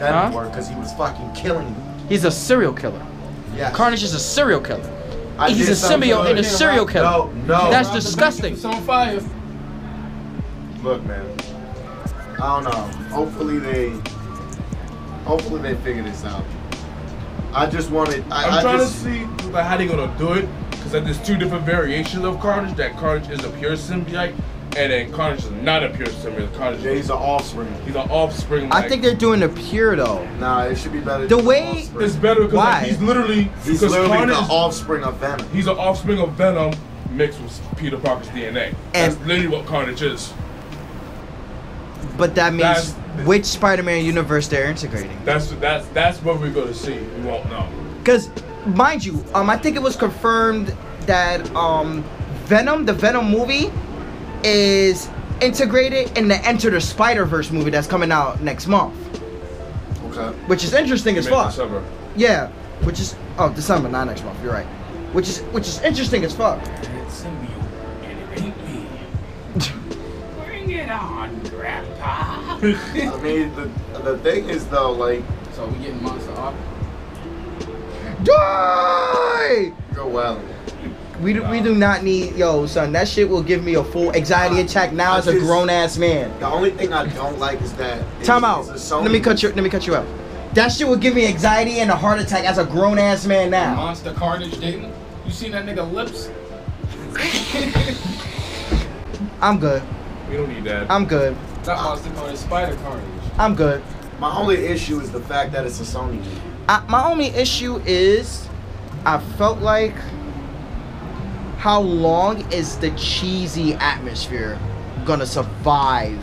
[SPEAKER 2] that
[SPEAKER 3] Huh?
[SPEAKER 2] didn't work because he was fucking killing you.
[SPEAKER 3] He's a serial killer.
[SPEAKER 2] Yes.
[SPEAKER 3] Carnage is a serial killer.
[SPEAKER 2] I
[SPEAKER 3] He's
[SPEAKER 2] did
[SPEAKER 3] a
[SPEAKER 2] something
[SPEAKER 3] symbiote
[SPEAKER 2] good.
[SPEAKER 3] and a serial killer.
[SPEAKER 2] No, no.
[SPEAKER 3] That's
[SPEAKER 4] Rob the
[SPEAKER 3] disgusting.
[SPEAKER 4] Vengeance is on fire.
[SPEAKER 2] Look, man. I don't know. Hopefully they. Hopefully they figure this out. I just wanted. I,
[SPEAKER 1] I'm
[SPEAKER 2] I
[SPEAKER 1] trying
[SPEAKER 2] just,
[SPEAKER 1] to see like how they gonna do it because like, there's two different variations of Carnage. That Carnage is a pure symbiote, and then Carnage is not a pure symbiote. Carnage,
[SPEAKER 2] Yeah,
[SPEAKER 1] is
[SPEAKER 2] he's an offspring.
[SPEAKER 1] he's an offspring.
[SPEAKER 3] I
[SPEAKER 1] like-
[SPEAKER 3] think they're doing it pure though.
[SPEAKER 2] Nah, it should be better.
[SPEAKER 3] The
[SPEAKER 2] than
[SPEAKER 3] way-
[SPEAKER 2] offspring.
[SPEAKER 1] it's better because
[SPEAKER 3] Why?
[SPEAKER 1] like, he's literally
[SPEAKER 2] he's
[SPEAKER 1] because
[SPEAKER 2] literally
[SPEAKER 1] Carnage.
[SPEAKER 2] the
[SPEAKER 1] is-
[SPEAKER 2] offspring of Venom.
[SPEAKER 1] he's an offspring of Venom mixed with Peter Parker's DNA. That's
[SPEAKER 3] And-
[SPEAKER 1] literally what Carnage is.
[SPEAKER 3] But that means
[SPEAKER 1] That's-
[SPEAKER 3] which Spider-Man universe they're integrating.
[SPEAKER 1] That's that's that's what we're gonna see. We won't know.
[SPEAKER 3] Because, mind you, um, I think it was confirmed that um, Venom, the Venom movie, is integrated in the Enter the Spider Verse movie that's coming out next month,
[SPEAKER 2] Okay.
[SPEAKER 3] which is interesting as
[SPEAKER 1] Maybe
[SPEAKER 3] fuck.
[SPEAKER 1] December.
[SPEAKER 3] Yeah, which is oh December, not next month. You're right. Which is which is interesting as fuck.
[SPEAKER 4] It's symbiote, and it ain't me. Bring it on, Grandpa.
[SPEAKER 2] I mean, the the thing is though, like,
[SPEAKER 4] so we getting monster off.
[SPEAKER 3] Die!
[SPEAKER 2] go well.
[SPEAKER 3] We do, we do not need yo son. That shit will give me a full anxiety attack now
[SPEAKER 2] I
[SPEAKER 3] as a
[SPEAKER 2] just-
[SPEAKER 3] grown ass man.
[SPEAKER 2] The only thing I don't like is that. it's-
[SPEAKER 3] Time out.
[SPEAKER 2] it's a Sony
[SPEAKER 3] Let me cut you. Let me cut you out. That shit would give me anxiety and a heart attack as a grown ass man now.
[SPEAKER 4] Monster Carnage Dayton. You seen that nigga lips?
[SPEAKER 3] I'm good.
[SPEAKER 1] We don't need that.
[SPEAKER 3] I'm good.
[SPEAKER 4] Not Monster Carnage, Spider Carnage.
[SPEAKER 3] I'm good.
[SPEAKER 2] My only issue is the fact that it's a Sony game.
[SPEAKER 3] I, my only issue is, I felt like. How long is the cheesy atmosphere gonna survive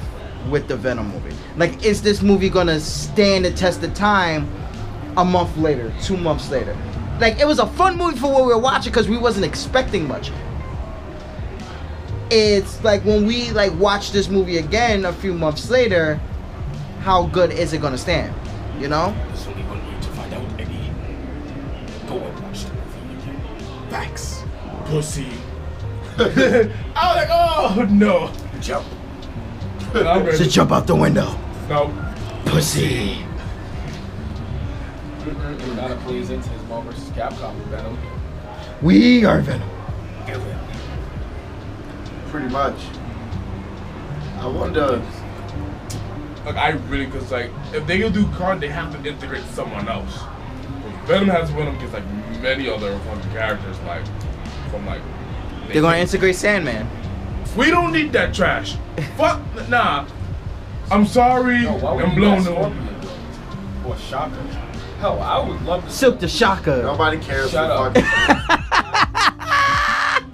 [SPEAKER 3] with the Venom movie? Like, is this movie gonna stand the test of time a month later, two months later? Like, it was a fun movie for what we were watching because we wasn't expecting much. It's like when we like watch this movie again a few months later, how good is it gonna stand? You know?
[SPEAKER 6] There's only one way to find out, Eddie. Go and watch the movie again.
[SPEAKER 2] Thanks.
[SPEAKER 3] (laughs)
[SPEAKER 1] Pussy. I was like, oh no.
[SPEAKER 2] Jump.
[SPEAKER 1] And I'm ready.
[SPEAKER 3] Just jump out the window.
[SPEAKER 1] No.
[SPEAKER 3] Pussy.
[SPEAKER 4] Gotta please into his Marvel vs. Capcom Venom.
[SPEAKER 3] We are Venom.
[SPEAKER 2] Pretty much. I wonder.
[SPEAKER 1] Like I really, cause like if they gonna do Carnage, they have to integrate someone else. 'Cause Venom has Venom against like many other fucking characters, like from like.
[SPEAKER 3] They're gonna integrate Sandman.
[SPEAKER 1] We don't need that trash. Fuck, nah. I'm sorry.
[SPEAKER 4] Yo, why would
[SPEAKER 1] I'm
[SPEAKER 4] you
[SPEAKER 1] blown
[SPEAKER 4] got
[SPEAKER 1] away.
[SPEAKER 4] Scorpion, bro? Or Shocker. Hell, I would love to
[SPEAKER 6] Silk the Shaka.
[SPEAKER 10] Nobody cares.
[SPEAKER 4] Shut
[SPEAKER 10] who
[SPEAKER 4] up.
[SPEAKER 10] fucking-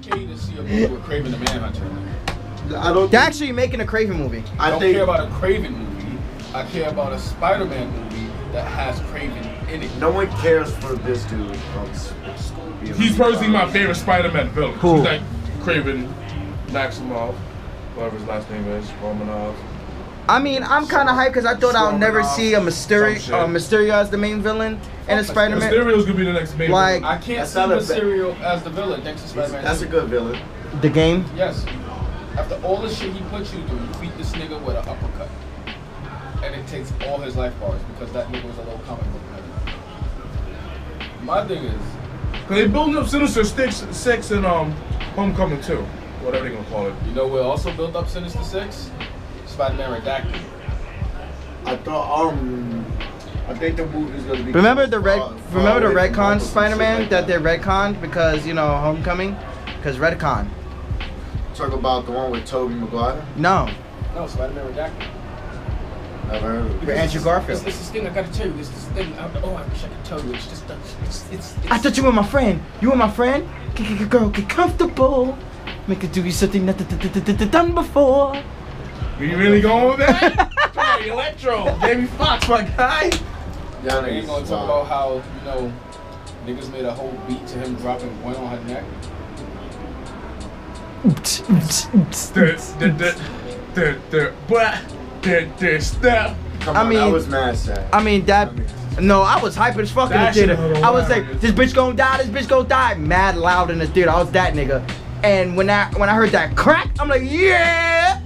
[SPEAKER 4] pay to see a movie with Craven the Manhunter.
[SPEAKER 2] I don't.
[SPEAKER 6] They're actually making a Craven movie.
[SPEAKER 4] I
[SPEAKER 2] I
[SPEAKER 4] don't
[SPEAKER 2] think
[SPEAKER 4] care about a Craven movie. I care about a Spider-Man movie that has Craven in it.
[SPEAKER 10] No one cares for this dude from S- Scorpion.
[SPEAKER 1] He's personally my favorite Spider-Man villain.
[SPEAKER 6] Who?
[SPEAKER 1] He's like Craven, Maximoff, whatever his last name is, Romanov.
[SPEAKER 6] I mean, I'm kind of hyped because I thought I'll never
[SPEAKER 1] Swarming
[SPEAKER 6] see a
[SPEAKER 1] off
[SPEAKER 6] Mysterio,
[SPEAKER 1] some shit.
[SPEAKER 6] uh, Mysterio as the main villain in a
[SPEAKER 4] Fuck
[SPEAKER 6] Spider-Man.
[SPEAKER 1] Mysterio's gonna be the next main
[SPEAKER 6] Like
[SPEAKER 4] I can't
[SPEAKER 10] That's
[SPEAKER 4] see
[SPEAKER 10] not a ba-
[SPEAKER 4] Mysterio as the villain next to
[SPEAKER 10] He's-
[SPEAKER 4] Spider-Man.
[SPEAKER 10] That's a good villain.
[SPEAKER 6] the game.
[SPEAKER 4] yes. After all the shit he put you through, you beat this nigga with an uppercut, and it takes all his life bars because that nigga was a little comic book nigga. My thing is,
[SPEAKER 1] Cause they building up Sinister Six, Six and um Homecoming too, whatever they gonna call it.
[SPEAKER 4] you know, we also built up Sinister Six, Spider-Man Redacted.
[SPEAKER 2] I thought um, I think the movie's gonna be.
[SPEAKER 6] Remember the red?
[SPEAKER 1] Oh,
[SPEAKER 2] far- far
[SPEAKER 6] Remember the
[SPEAKER 2] away from
[SPEAKER 6] retcon
[SPEAKER 2] Marvel, some
[SPEAKER 6] Spider-Man
[SPEAKER 2] shit
[SPEAKER 6] that
[SPEAKER 2] like
[SPEAKER 6] they retconned because you know Homecoming, because retcon.
[SPEAKER 2] Talk about the one with Tobey Maguire.
[SPEAKER 6] No,
[SPEAKER 4] No, Spider-Man Redacted.
[SPEAKER 2] I've heard of it.
[SPEAKER 6] with Andrew
[SPEAKER 4] It's,
[SPEAKER 6] Garfield.
[SPEAKER 4] it's this thing I gotta tell you. It's this thing. I, oh, I wish I could tell you. It's just. uh, It's. It's. it's
[SPEAKER 6] I thought you were my friend. You were my friend. G- g- g- Girl, get comfortable. Make her do you something that d- d- d- d- d- done before.
[SPEAKER 1] You really going with that? Come on, Electro, Jamie Foxx, my guy.
[SPEAKER 2] Y'all
[SPEAKER 4] We ain't
[SPEAKER 2] niggas
[SPEAKER 4] gonna
[SPEAKER 2] is
[SPEAKER 4] talk
[SPEAKER 2] wild.
[SPEAKER 4] about how you know niggas made a whole beat to him dropping one on her neck.
[SPEAKER 1] The the the the the but the the step.
[SPEAKER 2] Come
[SPEAKER 6] I
[SPEAKER 2] on, I
[SPEAKER 6] mean-
[SPEAKER 2] was mad sad.
[SPEAKER 6] I mean that. No, I was hype as fuck in the
[SPEAKER 1] That shit
[SPEAKER 6] theater.
[SPEAKER 1] was
[SPEAKER 6] I was like,
[SPEAKER 1] hilarious.
[SPEAKER 6] this bitch gonna die. This bitch gonna die. Mad loud in the theater. I was that nigga. And when I when I heard that crack, I'm like, yeah.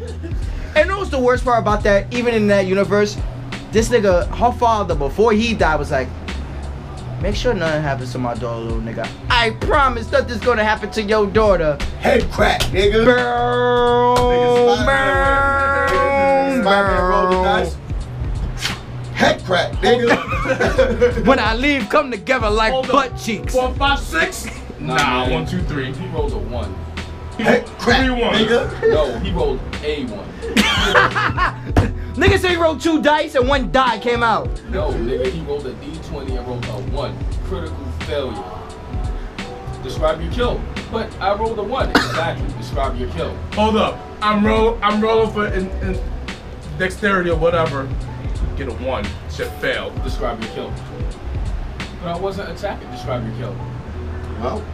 [SPEAKER 6] And what was the worst part about that? Even in that universe, this nigga, her father, before he died, was like, make sure nothing happens to my daughter, little nigga. I promise nothing's gonna happen to your daughter.
[SPEAKER 2] Head crack, nigga.
[SPEAKER 6] Boom, boom,
[SPEAKER 2] Spider-Man rolled the
[SPEAKER 6] boom.
[SPEAKER 2] dice. Head crack, nigga.
[SPEAKER 6] When I leave, come together like
[SPEAKER 1] Hold up.
[SPEAKER 6] butt cheeks.
[SPEAKER 1] Four, five, six.
[SPEAKER 4] Nah,
[SPEAKER 1] Nah,
[SPEAKER 4] man.
[SPEAKER 1] one, two, three.
[SPEAKER 4] He rolled a one.
[SPEAKER 2] Head crack,
[SPEAKER 1] Three, one.
[SPEAKER 2] (laughs) nigga.
[SPEAKER 4] No, he rolled a one.
[SPEAKER 6] Nigga said he rolled two dice and one die came out.
[SPEAKER 4] No, nigga, he rolled a d20 and rolled a one. Critical failure. Describe your kill. But I rolled a one. Exactly. Describe your kill.
[SPEAKER 1] Hold up, I'm roll, I'm rolling for in, in dexterity or whatever. Get a one. Shit failed.
[SPEAKER 4] Describe your kill. But I wasn't attacking. Describe your kill.
[SPEAKER 2] Well,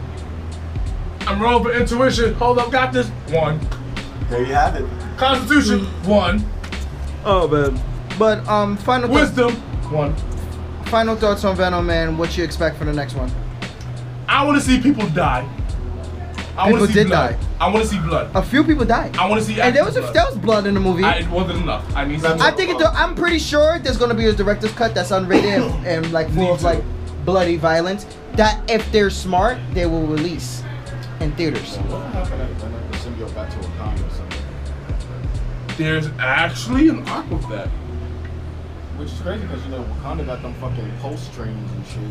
[SPEAKER 1] I'm rolling for intuition. Hold up, got this. One.
[SPEAKER 2] there you have it.
[SPEAKER 1] Constitution. One.
[SPEAKER 6] Oh man. But um, final thou-
[SPEAKER 1] Wisdom. One.
[SPEAKER 6] final thoughts on Venom Man. What you expect for the next one?
[SPEAKER 1] I want to see people die. I want
[SPEAKER 6] People
[SPEAKER 1] to see
[SPEAKER 6] did
[SPEAKER 1] blood.
[SPEAKER 6] die.
[SPEAKER 1] I want to see blood.
[SPEAKER 6] A few people died,
[SPEAKER 1] I want to see.
[SPEAKER 6] and there was a,
[SPEAKER 1] actual
[SPEAKER 6] there
[SPEAKER 1] blood.
[SPEAKER 6] was blood in the movie.
[SPEAKER 1] I,
[SPEAKER 6] I,
[SPEAKER 1] it wasn't enough. I need
[SPEAKER 2] That's
[SPEAKER 1] some.
[SPEAKER 2] all.
[SPEAKER 6] think it. I'm pretty sure there's gonna be a director's cut
[SPEAKER 1] (clears throat)
[SPEAKER 6] that's unrated and, and like full
[SPEAKER 1] Me
[SPEAKER 6] of
[SPEAKER 1] too.
[SPEAKER 6] like bloody violence. That if they're smart, they will release in theaters.
[SPEAKER 4] What happened if I let the symbiote got to a condo or something?
[SPEAKER 1] There's actually an arc with that.
[SPEAKER 4] Which is crazy because, you know, Wakanda got them fucking pulse trains and shit.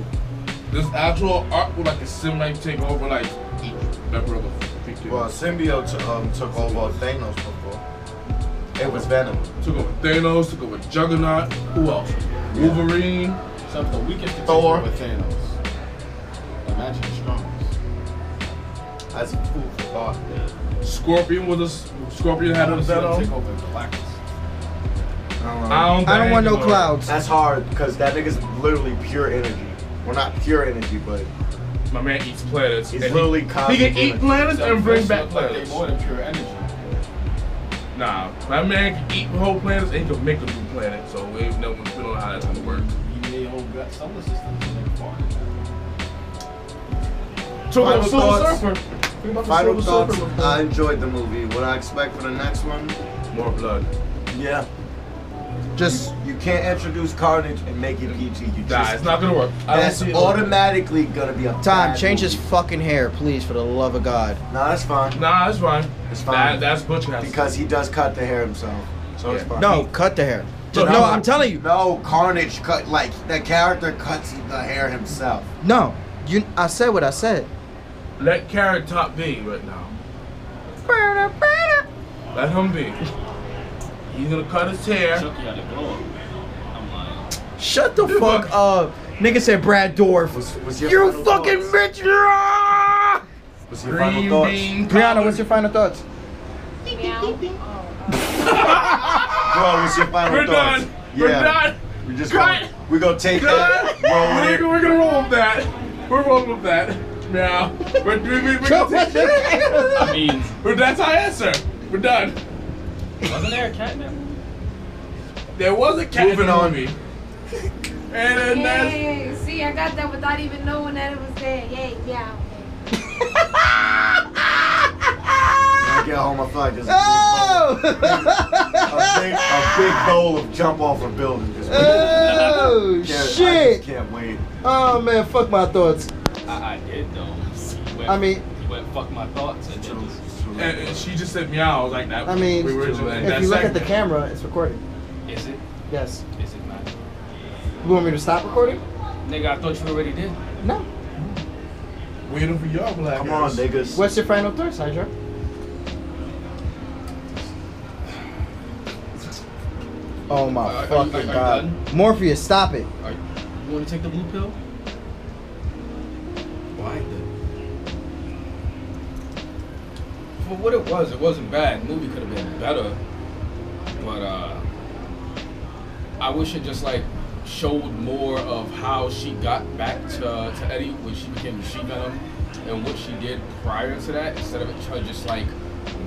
[SPEAKER 1] There's actual arc with like a sim like take over like each member of the freaking.
[SPEAKER 10] Well, symbiote um, took over Thanos before. It was Venom.
[SPEAKER 1] Took over Thanos. Took over Juggernaut. Who else? Wolverine.
[SPEAKER 4] Except the weakest to take
[SPEAKER 10] Thor.
[SPEAKER 4] over Thanos. Imagine the strongest.
[SPEAKER 10] That's food for thought.
[SPEAKER 1] Scorpion was a s- Scorpion had a
[SPEAKER 4] Wanna see them
[SPEAKER 1] Venom.
[SPEAKER 4] take over Galactus.
[SPEAKER 1] I don't,
[SPEAKER 6] I don't
[SPEAKER 1] think
[SPEAKER 6] want no
[SPEAKER 1] you know.
[SPEAKER 6] clouds.
[SPEAKER 10] That's hard because that nigga's literally pure energy. Well, not pure energy, but
[SPEAKER 1] My man eats planets.
[SPEAKER 10] He's
[SPEAKER 1] and
[SPEAKER 10] literally
[SPEAKER 1] he, he
[SPEAKER 10] cosmic
[SPEAKER 1] can eat
[SPEAKER 10] energy.
[SPEAKER 1] planets and bring back
[SPEAKER 4] Celestials look like they
[SPEAKER 1] planets.
[SPEAKER 4] more than pure energy.
[SPEAKER 1] Nah, my man can eat whole planets and he can make a new planet. So we ain't no we don't know how that's gonna work.
[SPEAKER 4] You may all got solar systems in their farm.
[SPEAKER 1] So
[SPEAKER 2] Final thoughts.
[SPEAKER 1] Think about the
[SPEAKER 2] Final
[SPEAKER 1] Silver
[SPEAKER 2] thoughts.
[SPEAKER 1] Surfer.
[SPEAKER 2] I enjoyed the movie. What I expect for the next one?
[SPEAKER 1] More blood.
[SPEAKER 10] yeah.
[SPEAKER 6] Just
[SPEAKER 10] You can't introduce Carnage and make it PG. You
[SPEAKER 1] Nah,
[SPEAKER 10] just
[SPEAKER 1] it's not gonna work. I don't
[SPEAKER 10] that's
[SPEAKER 1] see it.
[SPEAKER 10] automatically gonna be a
[SPEAKER 6] time
[SPEAKER 10] bad
[SPEAKER 6] change his
[SPEAKER 10] movie.
[SPEAKER 6] fucking hair, please, for the love of God.
[SPEAKER 10] Nah, that's fine
[SPEAKER 1] Nah, it's fine.
[SPEAKER 10] It's fine.
[SPEAKER 1] That, that's Butch Cassidy.
[SPEAKER 10] because he does cut the hair himself, so it's
[SPEAKER 1] Yeah.
[SPEAKER 10] fine.
[SPEAKER 6] No, cut the hair.
[SPEAKER 1] Look,
[SPEAKER 6] no,
[SPEAKER 1] I'm-
[SPEAKER 6] I'm telling you.
[SPEAKER 10] no, Carnage cut like the character cuts the hair himself.
[SPEAKER 6] No, you. I said what I said.
[SPEAKER 1] let Carrot Top be right now. Let him be. He's gonna cut his hair.
[SPEAKER 11] Chucky had to blow up. I'm lying.
[SPEAKER 6] Shut the fuck up. Nigga said Brad Dorf.
[SPEAKER 2] Was, was your
[SPEAKER 6] You
[SPEAKER 2] final
[SPEAKER 6] fucking
[SPEAKER 2] thoughts?
[SPEAKER 6] bitch. Rah!
[SPEAKER 2] Was your final
[SPEAKER 1] Green
[SPEAKER 2] thoughts?
[SPEAKER 1] bean.
[SPEAKER 6] Brianna,
[SPEAKER 1] (laughs)
[SPEAKER 6] what's your final thoughts?
[SPEAKER 2] Bro, what's your final
[SPEAKER 1] We're
[SPEAKER 2] thoughts?
[SPEAKER 1] done. We're done.
[SPEAKER 2] We just
[SPEAKER 1] Cut.
[SPEAKER 2] gonna, we're gonna take
[SPEAKER 1] Cut.
[SPEAKER 2] that. Roll
[SPEAKER 1] we're,
[SPEAKER 2] with it.
[SPEAKER 1] we're gonna roll with that. We're rolling with that. Now, we're, we, we, we're gonna take
[SPEAKER 11] I mean,
[SPEAKER 1] But that's our answer. We're done.
[SPEAKER 11] wasn't there a cat in that movie?
[SPEAKER 1] There was a cat
[SPEAKER 2] Moving
[SPEAKER 1] in the
[SPEAKER 2] on.
[SPEAKER 1] movie. And then that's
[SPEAKER 5] Yay. See, I got that without even knowing that it was there. Yay, yeah.
[SPEAKER 2] When I get home, I feel like there's a big, bowl,
[SPEAKER 6] (laughs) Oh!
[SPEAKER 2] a, big, a big bowl of jump off a building. Just
[SPEAKER 6] oh
[SPEAKER 2] Can't- I just
[SPEAKER 6] shit.
[SPEAKER 2] can't wait.
[SPEAKER 6] Oh man, fuck my thoughts.
[SPEAKER 11] I, I did though. He went,
[SPEAKER 6] I mean-
[SPEAKER 11] he went fuck my thoughts and then just,
[SPEAKER 1] and and she just said meow. I was like that.
[SPEAKER 6] I mean,
[SPEAKER 1] we were just in
[SPEAKER 6] If
[SPEAKER 1] that
[SPEAKER 6] you look at the
[SPEAKER 1] segment.
[SPEAKER 6] camera, it's recording.
[SPEAKER 11] is it?
[SPEAKER 6] Yes.
[SPEAKER 11] Is it not?
[SPEAKER 6] You want me to stop recording?
[SPEAKER 11] Nigga, I thought you already did.
[SPEAKER 6] No.
[SPEAKER 1] waiting for y'all black.
[SPEAKER 2] Come on,
[SPEAKER 1] ass.
[SPEAKER 2] niggas.
[SPEAKER 6] What's your final thoughts, Hydra? Oh my
[SPEAKER 4] Are- are you-
[SPEAKER 6] fucking
[SPEAKER 4] are you
[SPEAKER 6] god. Morpheus, stop it.
[SPEAKER 4] Are you, you want to take the blue pill? Why the? For what it was, it wasn't bad. movie could have been better, but uh, I wish it just like showed more of how she got back to, to Eddie when she became Machine Venom and what she did prior to that, instead of it her just like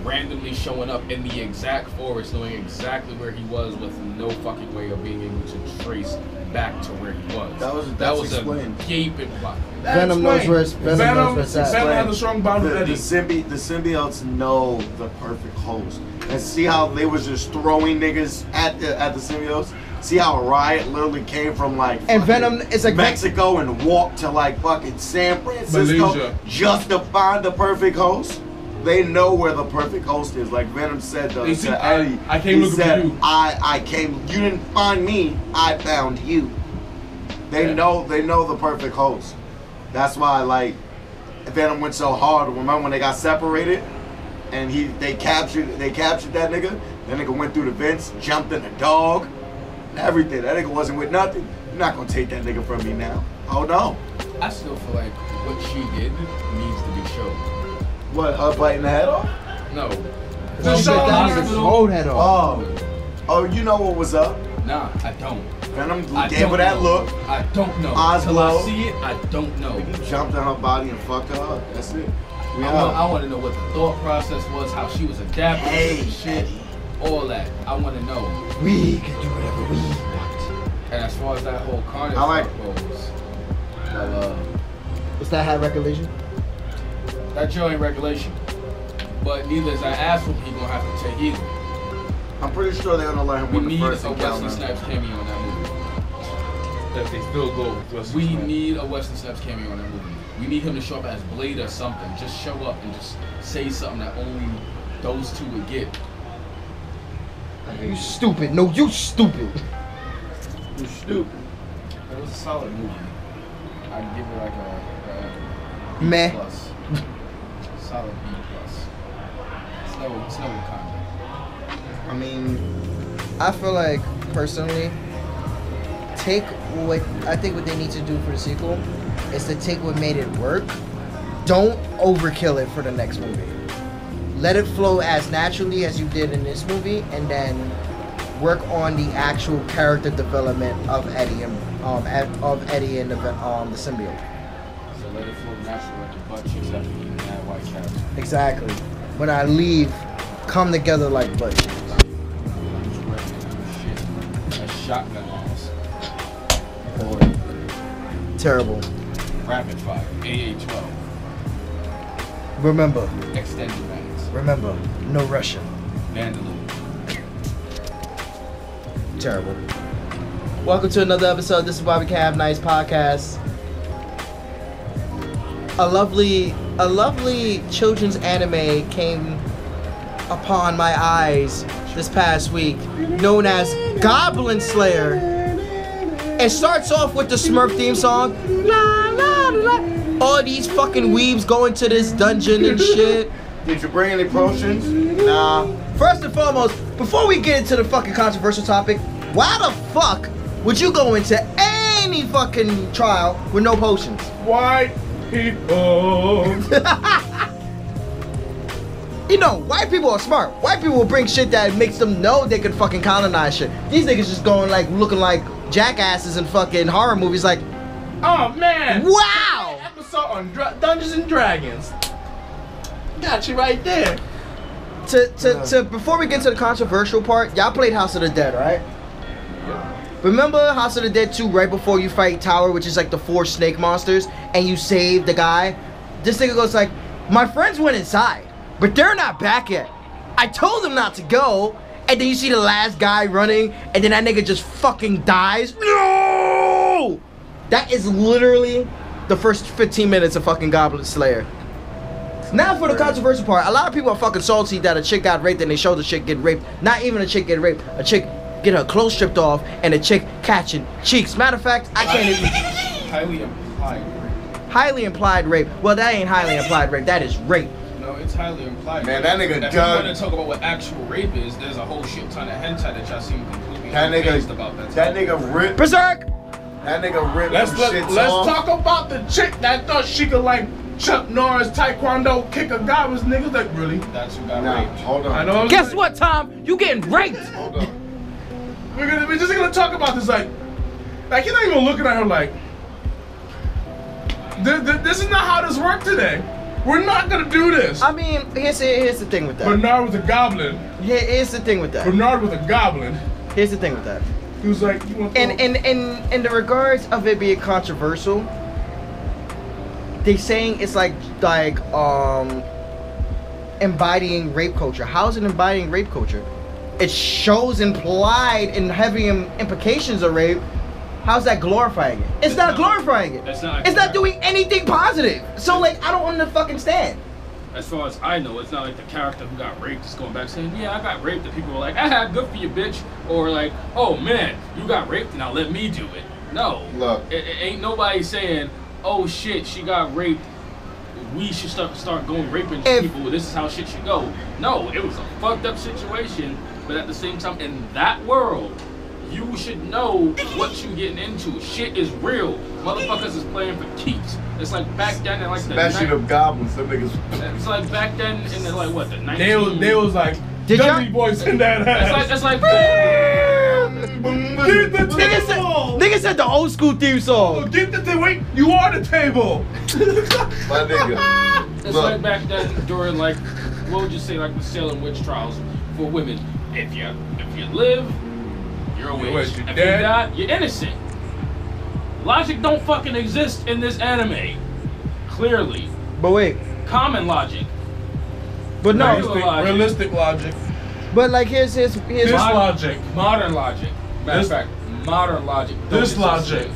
[SPEAKER 4] randomly showing up in the exact forest, knowing exactly where he was, with no fucking way of being able to trace back to where he was.
[SPEAKER 2] That was-
[SPEAKER 4] that
[SPEAKER 2] that's
[SPEAKER 4] was
[SPEAKER 2] explained.
[SPEAKER 4] a gaping plot.
[SPEAKER 1] That
[SPEAKER 6] Venom knows
[SPEAKER 1] explained.
[SPEAKER 6] where it's- Venom knows where it's at.
[SPEAKER 1] Venom has a strong bond
[SPEAKER 2] the,
[SPEAKER 1] with
[SPEAKER 2] the
[SPEAKER 1] Eddie.
[SPEAKER 2] symbi- the symbiotes know the perfect host, and see how they was just throwing niggas at the at the symbiotes. See how a riot literally came from like
[SPEAKER 6] And
[SPEAKER 2] fucking
[SPEAKER 6] Venom is like
[SPEAKER 2] Mexico and walked to like fucking San Francisco
[SPEAKER 1] Malaysia.
[SPEAKER 2] just to find the perfect host. They know where the perfect host is. Like Venom said to,
[SPEAKER 1] They see-
[SPEAKER 2] to Eddie,
[SPEAKER 1] I- I came
[SPEAKER 2] he
[SPEAKER 1] looking for
[SPEAKER 2] said,
[SPEAKER 1] you.
[SPEAKER 2] I I came. You didn't find me. I found you. They
[SPEAKER 1] Yeah.
[SPEAKER 2] know they know the perfect host. That's why like Venom went so hard. Remember when they got separated and he they captured they captured that nigga? That nigga went through the vents, jumped in the dog, everything. That nigga wasn't with nothing. You're not gonna take that nigga from me now. Oh no.
[SPEAKER 4] I still feel like what she did needs to be shown.
[SPEAKER 2] What, her biting the head off?
[SPEAKER 4] No,
[SPEAKER 1] The
[SPEAKER 6] Venom
[SPEAKER 1] Shaw
[SPEAKER 6] has his
[SPEAKER 1] Hospital.
[SPEAKER 6] whole head off.
[SPEAKER 2] Oh. Oh, you know what was up.
[SPEAKER 4] nah, I don't.
[SPEAKER 2] Venom
[SPEAKER 4] I
[SPEAKER 2] gave her
[SPEAKER 4] don't
[SPEAKER 2] that
[SPEAKER 4] know.
[SPEAKER 2] look.
[SPEAKER 4] I don't know.
[SPEAKER 2] Eyes
[SPEAKER 4] Till I
[SPEAKER 2] glow.
[SPEAKER 4] see it, I don't know.
[SPEAKER 2] He jumped on her body and fucked her up. That's it. We
[SPEAKER 4] I,
[SPEAKER 2] out.
[SPEAKER 4] want, I want to know what the thought process was, how she was adapting to
[SPEAKER 2] Hey.
[SPEAKER 4] the shit, all that. I want to know.
[SPEAKER 6] We can do whatever we want.
[SPEAKER 4] And as far as that whole carnage
[SPEAKER 2] I like-
[SPEAKER 4] stuff goes, well, uh,
[SPEAKER 6] Is that high regulation?
[SPEAKER 4] that Joe ain't regulation. But neither is that asshole he gonna have to take either.
[SPEAKER 2] I'm pretty sure they're gonna let him
[SPEAKER 4] We
[SPEAKER 2] win the
[SPEAKER 4] need a
[SPEAKER 2] first
[SPEAKER 4] Wesley
[SPEAKER 2] encounter.
[SPEAKER 4] Snipes cameo in that movie.
[SPEAKER 1] That they still go. with Wesley
[SPEAKER 4] We
[SPEAKER 1] Snipes.
[SPEAKER 4] need a Wesley Snipes cameo in that movie. We need him to show up as Blade or something. Just show up and just say something that only those two would get.
[SPEAKER 6] You stupid. No, you stupid.
[SPEAKER 1] You're stupid.
[SPEAKER 4] It was a solid movie. I'd give it like a, a B
[SPEAKER 6] Meh.
[SPEAKER 4] plus. (laughs) solid B plus. It's no, it's no Wakanda.
[SPEAKER 6] I mean, I feel like personally, take what I think what they need to do for the sequel is to take what made it work. Don't overkill it for the next movie. Let it flow as naturally as you did in this movie, and then work on the actual character development of Eddie and um, Ed- of Eddie and the ve- um, the symbiote.
[SPEAKER 4] So let it flow natural like the butt cheeks after eating that white cat.
[SPEAKER 6] Exactly. When I leave, come together like buddies.
[SPEAKER 4] Shit. That shotgun loss.
[SPEAKER 6] Terrible.
[SPEAKER 4] Rapid fire. AA-12.
[SPEAKER 6] Remember,
[SPEAKER 4] Extended ranks.
[SPEAKER 6] remember, no Russian.
[SPEAKER 4] Vandalism.
[SPEAKER 6] Terrible. Welcome to another episode. This is Bobby Cab Nice Podcast. A lovely, a lovely children's anime came upon my eyes this past week, known as Goblin Slayer. It starts off with the Smurf theme song. La, la, la. All these fucking weebs go into this dungeon and shit.
[SPEAKER 2] Did you bring any potions? Nah.
[SPEAKER 6] First and foremost, before we get into the fucking controversial topic, why the fuck would you go into any fucking trial with no potions? (laughs)
[SPEAKER 1] White people.
[SPEAKER 6] You know, white people are smart. White people will bring shit that makes them know they can fucking colonize shit. These niggas just going like looking like jackasses in fucking horror movies. Like,
[SPEAKER 1] oh man.
[SPEAKER 6] wow.
[SPEAKER 1] Episode on Dra- Dungeons and Dragons. Got you right there.
[SPEAKER 6] To to to before we get to the controversial part, y'all played House of the Dead, right? Remember House of the Dead 2 right before you fight Tower, which is like the four snake monsters, and you save the guy? This nigga goes like, My friends went inside, but they're not back yet. I told them not to go, and then you see the last guy running, and then that nigga just fucking dies. No! That is literally the first 15 minutes of fucking Goblin Slayer. Now for the controversial part. A lot of people are fucking salty that a chick got raped and they show the chick get raped. Not even a chick get raped. A chick get her clothes stripped off and a chick catching cheeks. Matter of fact, I can't even
[SPEAKER 4] Highly implied.
[SPEAKER 6] highly implied rape. Well, that ain't highly implied rape. That is rape.
[SPEAKER 4] No, it's highly implied.
[SPEAKER 10] Man, that nigga
[SPEAKER 4] if
[SPEAKER 10] done-
[SPEAKER 4] If you want to talk about what actual rape is, there's a whole shit ton of hentai that y'all seem completely
[SPEAKER 10] That
[SPEAKER 4] unfazed about.
[SPEAKER 10] nigga, that nigga ripped,
[SPEAKER 6] Berserk.
[SPEAKER 10] that nigga ripped
[SPEAKER 1] Let's
[SPEAKER 10] some
[SPEAKER 1] let,
[SPEAKER 10] shits
[SPEAKER 1] let's
[SPEAKER 10] off.
[SPEAKER 1] talk about the chick that thought she could like Chuck Norris Taekwondo kick a guy with niggas like really.
[SPEAKER 4] That's who got
[SPEAKER 10] Nah,
[SPEAKER 4] raped.
[SPEAKER 10] hold on.
[SPEAKER 1] I know. what I'm
[SPEAKER 3] Guess
[SPEAKER 1] saying.
[SPEAKER 3] what, Tom? You getting raped?
[SPEAKER 10] Hold on.
[SPEAKER 1] We're gonna we're just gonna talk about this like like you're not even looking at her like "Th- th- this is not how this worked today. We're not gonna do this.
[SPEAKER 6] I mean, here's here's the thing with that.
[SPEAKER 1] Bernard was a goblin.
[SPEAKER 6] Here, here's the thing with that.
[SPEAKER 1] Bernard was a goblin.
[SPEAKER 6] Here's the thing with that.
[SPEAKER 1] He was like, you want
[SPEAKER 6] In in in in the regards of it being controversial, they saying it's like like um embodying rape culture. How is it embodying rape culture? It shows implied and heavy im- implications of rape. How's that glorifying it? It's not glorifying it.
[SPEAKER 7] That's not-
[SPEAKER 6] It's not doing anything positive. So like, I don't want to fucking stand.
[SPEAKER 7] As far as I know, it's not like the character who got raped is going back saying, "Yeah, I got raped," and people were like, "Ah, good for you, bitch," or like, "Oh man, you got raped, now let me do it." No,
[SPEAKER 10] Look.
[SPEAKER 7] it, it ain't nobody saying, "Oh shit, she got raped." We should start start going raping
[SPEAKER 6] If-
[SPEAKER 7] people. This is how shit should go. No, it was a fucked up situation, but at the same time, in that world, you should know what you getting into. Shit is real. Motherfuckers is playing for keeps. It's like back then, in like the
[SPEAKER 10] Especially
[SPEAKER 7] ni-
[SPEAKER 10] them goblins, them niggas.
[SPEAKER 7] it's like back then in the like what the 19.
[SPEAKER 1] they was they was like
[SPEAKER 6] Did y'all-
[SPEAKER 1] Dudley boys in that
[SPEAKER 7] It's like
[SPEAKER 1] house.
[SPEAKER 7] it's like yeah,
[SPEAKER 1] Get the
[SPEAKER 6] Nigga said,
[SPEAKER 1] table.
[SPEAKER 6] nigga said the old school theme song.
[SPEAKER 1] Get the table. Wait, you are the table.
[SPEAKER 10] My nigga.
[SPEAKER 7] it's
[SPEAKER 10] Look.
[SPEAKER 7] like back then during like what would you say like the Salem witch trials for women. If you if you live, you're
[SPEAKER 1] You're a
[SPEAKER 7] a witch.
[SPEAKER 1] witch.
[SPEAKER 7] If
[SPEAKER 1] You're
[SPEAKER 7] you
[SPEAKER 1] dead.
[SPEAKER 7] die, you're innocent. Logic don't fucking exist in this anime. Clearly,
[SPEAKER 6] But wait,
[SPEAKER 7] common logic.
[SPEAKER 6] (laughs) but no,
[SPEAKER 7] Right.
[SPEAKER 1] realistic, realistic
[SPEAKER 7] logic.
[SPEAKER 1] logic.
[SPEAKER 6] but like here's here's here's.
[SPEAKER 1] This
[SPEAKER 7] Mod-
[SPEAKER 1] logic.
[SPEAKER 7] Modern logic. Matter
[SPEAKER 1] This-
[SPEAKER 7] of fact, modern logic. don't
[SPEAKER 1] This
[SPEAKER 7] exist.
[SPEAKER 1] logic.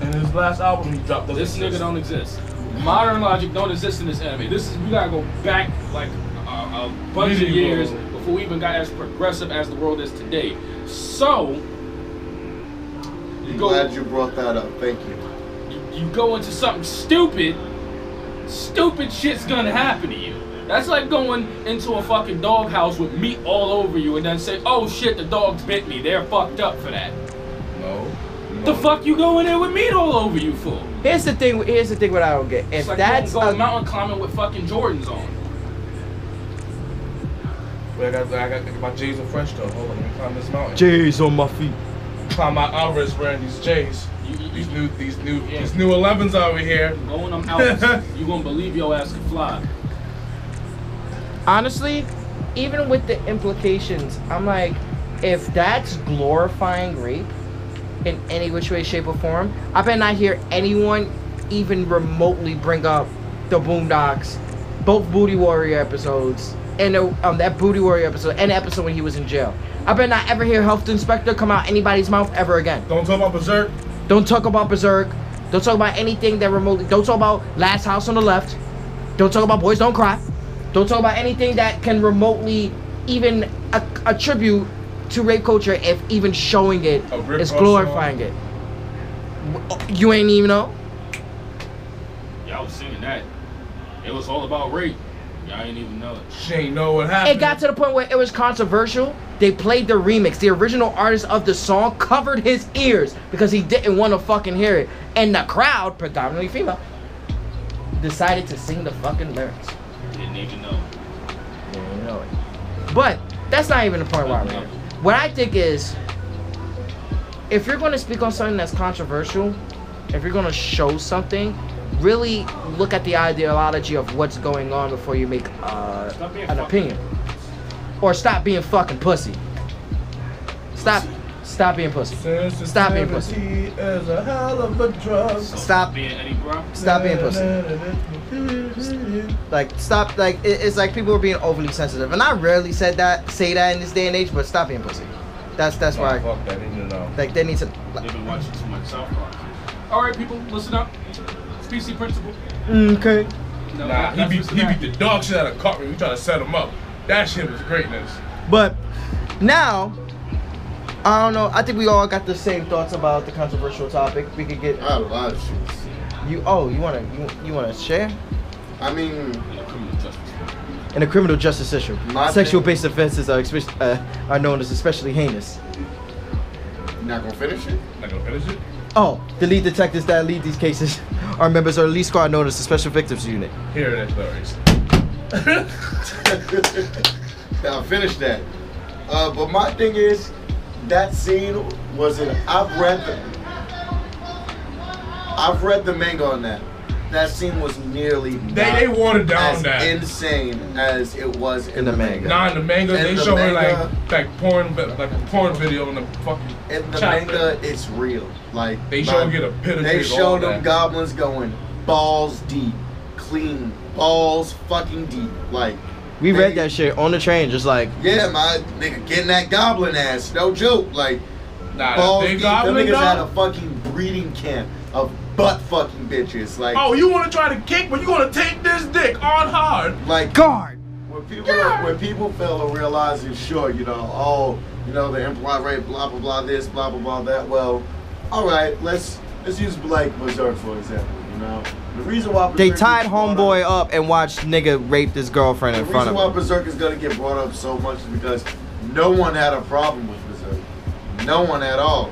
[SPEAKER 1] And his last album he dropped. doesn't
[SPEAKER 7] This nigga
[SPEAKER 1] exist.
[SPEAKER 7] don't exist. Modern logic don't exist in this anime. This is we gotta go back like a, a bunch of
[SPEAKER 1] Medieval.
[SPEAKER 7] years before we even got as progressive as the world is today. So
[SPEAKER 10] I'm
[SPEAKER 7] go-
[SPEAKER 10] glad you brought that up. Thank you.
[SPEAKER 7] you, you go into something stupid, stupid shit's gonna happen to you. That's like going into a fucking doghouse with meat all over you and then say, oh shit, the dogs bit me. They're fucked up for that.
[SPEAKER 1] No.
[SPEAKER 7] The fuck you go in there with meat all over you for?
[SPEAKER 6] Here's the thing. Here's the thing. What I don't get. If
[SPEAKER 7] It's like
[SPEAKER 6] that's
[SPEAKER 7] going,
[SPEAKER 6] a,
[SPEAKER 7] going mountain climbing with fucking Jordans on.
[SPEAKER 1] Wait, I got I got to get my J's are fresh though. Hold on, let me climb this mountain.
[SPEAKER 6] J's on my feet.
[SPEAKER 1] Climb my Alvarez wearing these J's.
[SPEAKER 7] You- you-
[SPEAKER 1] These new these new
[SPEAKER 7] Yeah.
[SPEAKER 1] these new 11s over here.
[SPEAKER 7] Going them out, you gonna believe your ass can fly.
[SPEAKER 3] Honestly, even with the implications, I'm like, if that's glorifying rape in any which way, shape, or form, I bet not hear anyone even remotely bring up the Boondocks, both Booty Warrior episodes, and the, um, that Booty Warrior episode, and the episode when he was in jail. I bet not ever hear Health Inspector come out anybody's mouth ever again.
[SPEAKER 1] Don't talk about Berserk.
[SPEAKER 3] Don't talk about Berserk. Don't talk about anything that remotely. Don't talk about Last House on the Left. Don't talk about Boys Don't Cry. Don't talk about anything that can remotely even a- attribute to rape culture, if even showing it
[SPEAKER 1] A rip
[SPEAKER 3] is
[SPEAKER 1] us
[SPEAKER 3] glorifying
[SPEAKER 1] off.
[SPEAKER 3] it. W- You ain't even know.
[SPEAKER 7] Y'all was singing that. It was all about rape. Y'all ain't even know it.
[SPEAKER 1] She ain't know what happened.
[SPEAKER 3] It got to the point where it was controversial. They played the remix. The original artist of the song covered his ears because he didn't want to fucking hear it. And the crowd, predominantly female, decided to sing the fucking lyrics.
[SPEAKER 7] Didn't even know.
[SPEAKER 3] They didn't know it. But that's not even the point why I'm here. What I think is, if you're going to speak on something that's controversial, if you're going to show something, really look at the ideology of what's going on before you make uh,
[SPEAKER 7] Stop being
[SPEAKER 3] an
[SPEAKER 7] fucking-
[SPEAKER 3] opinion. Or stop being fucking pussy. Stop. Stop being pussy. Stop being pussy.
[SPEAKER 1] Sensitivity Is a hell of a drug.
[SPEAKER 6] Stop.
[SPEAKER 7] Being Eddie Brock.
[SPEAKER 6] Stop being pussy. Like stop. Like it- it's like people are being overly sensitive, and I rarely said that, say that in this day and age. But stop being pussy. That's that's
[SPEAKER 1] Oh,
[SPEAKER 6] why.
[SPEAKER 1] fuck that, they need to know.
[SPEAKER 6] Like they need to.
[SPEAKER 7] They've been watching too much South Park. All right, people, listen up. It's PC Principal.
[SPEAKER 6] Okay.
[SPEAKER 7] No,
[SPEAKER 1] Nah,
[SPEAKER 7] that-
[SPEAKER 1] he
[SPEAKER 7] that's
[SPEAKER 1] beat,
[SPEAKER 7] what's
[SPEAKER 1] he
[SPEAKER 7] back.
[SPEAKER 1] beat the dog shit out of Cartman. We trying to set him up. That shit was greatness.
[SPEAKER 6] But now, I don't know. I think we all got the same thoughts about the controversial topic. We could get
[SPEAKER 2] I had a lot of shit.
[SPEAKER 6] you. Oh, you wanna you, you wanna share
[SPEAKER 2] I mean,
[SPEAKER 7] Yeah, criminal justice.
[SPEAKER 6] in the criminal justice issue?
[SPEAKER 2] My
[SPEAKER 6] Sexual-based offenses are expe- uh, are known as especially heinous.
[SPEAKER 2] you not gonna finish it?
[SPEAKER 1] Not gonna finish it.
[SPEAKER 6] Oh, the lead detectives that lead these cases (laughs) are members of the lead squad known as the Special Victims Unit.
[SPEAKER 1] Here it is, stories.
[SPEAKER 2] (laughs) Now finish that. Uh, but my thing is, that scene was in. I've read the. I've read the manga on that. That scene was nearly.
[SPEAKER 1] They-
[SPEAKER 2] not
[SPEAKER 1] they watered down
[SPEAKER 2] as
[SPEAKER 1] that.
[SPEAKER 2] insane as it was in,
[SPEAKER 6] In the manga.
[SPEAKER 1] Nah, in the manga,
[SPEAKER 2] In
[SPEAKER 1] they
[SPEAKER 2] the
[SPEAKER 1] show her
[SPEAKER 2] manga-
[SPEAKER 1] like like porn, but like a porn video in the fucking.
[SPEAKER 2] In the
[SPEAKER 1] chopper.
[SPEAKER 2] manga, it's real. Like
[SPEAKER 1] They
[SPEAKER 2] my-
[SPEAKER 1] show you the pit of
[SPEAKER 2] They
[SPEAKER 1] it, all
[SPEAKER 2] show them
[SPEAKER 1] that.
[SPEAKER 2] goblins going balls deep, clean, balls fucking deep. Like
[SPEAKER 6] We
[SPEAKER 2] Hey.
[SPEAKER 6] read that shit on the train, just like
[SPEAKER 2] yeah, my nigga, getting that goblin ass, no joke. Like
[SPEAKER 1] Nah,
[SPEAKER 2] balls
[SPEAKER 1] they
[SPEAKER 2] deep. Them
[SPEAKER 1] goblin
[SPEAKER 2] niggas had a
[SPEAKER 1] dog.
[SPEAKER 2] fucking breeding camp of butt fucking bitches. Like
[SPEAKER 1] Oh, you wanna try to kick, but you gonna take this dick on hard.
[SPEAKER 2] like
[SPEAKER 6] guard.
[SPEAKER 2] When people when people fail to realize is sure, you know, oh, you know, the implied rate, blah blah blah this, blah blah blah that. Well, all right, let's let's use Blake Berserk for example. You know, the reason why
[SPEAKER 6] They
[SPEAKER 2] Berserk
[SPEAKER 6] tied
[SPEAKER 2] gets brought
[SPEAKER 6] homeboy
[SPEAKER 2] up-
[SPEAKER 6] up and watched nigga rape his girlfriend
[SPEAKER 2] The
[SPEAKER 6] in front
[SPEAKER 2] reason
[SPEAKER 6] of
[SPEAKER 2] why
[SPEAKER 6] him.
[SPEAKER 2] Berserk is gonna get brought up so much is because no one had a problem with Berserk, no one at all.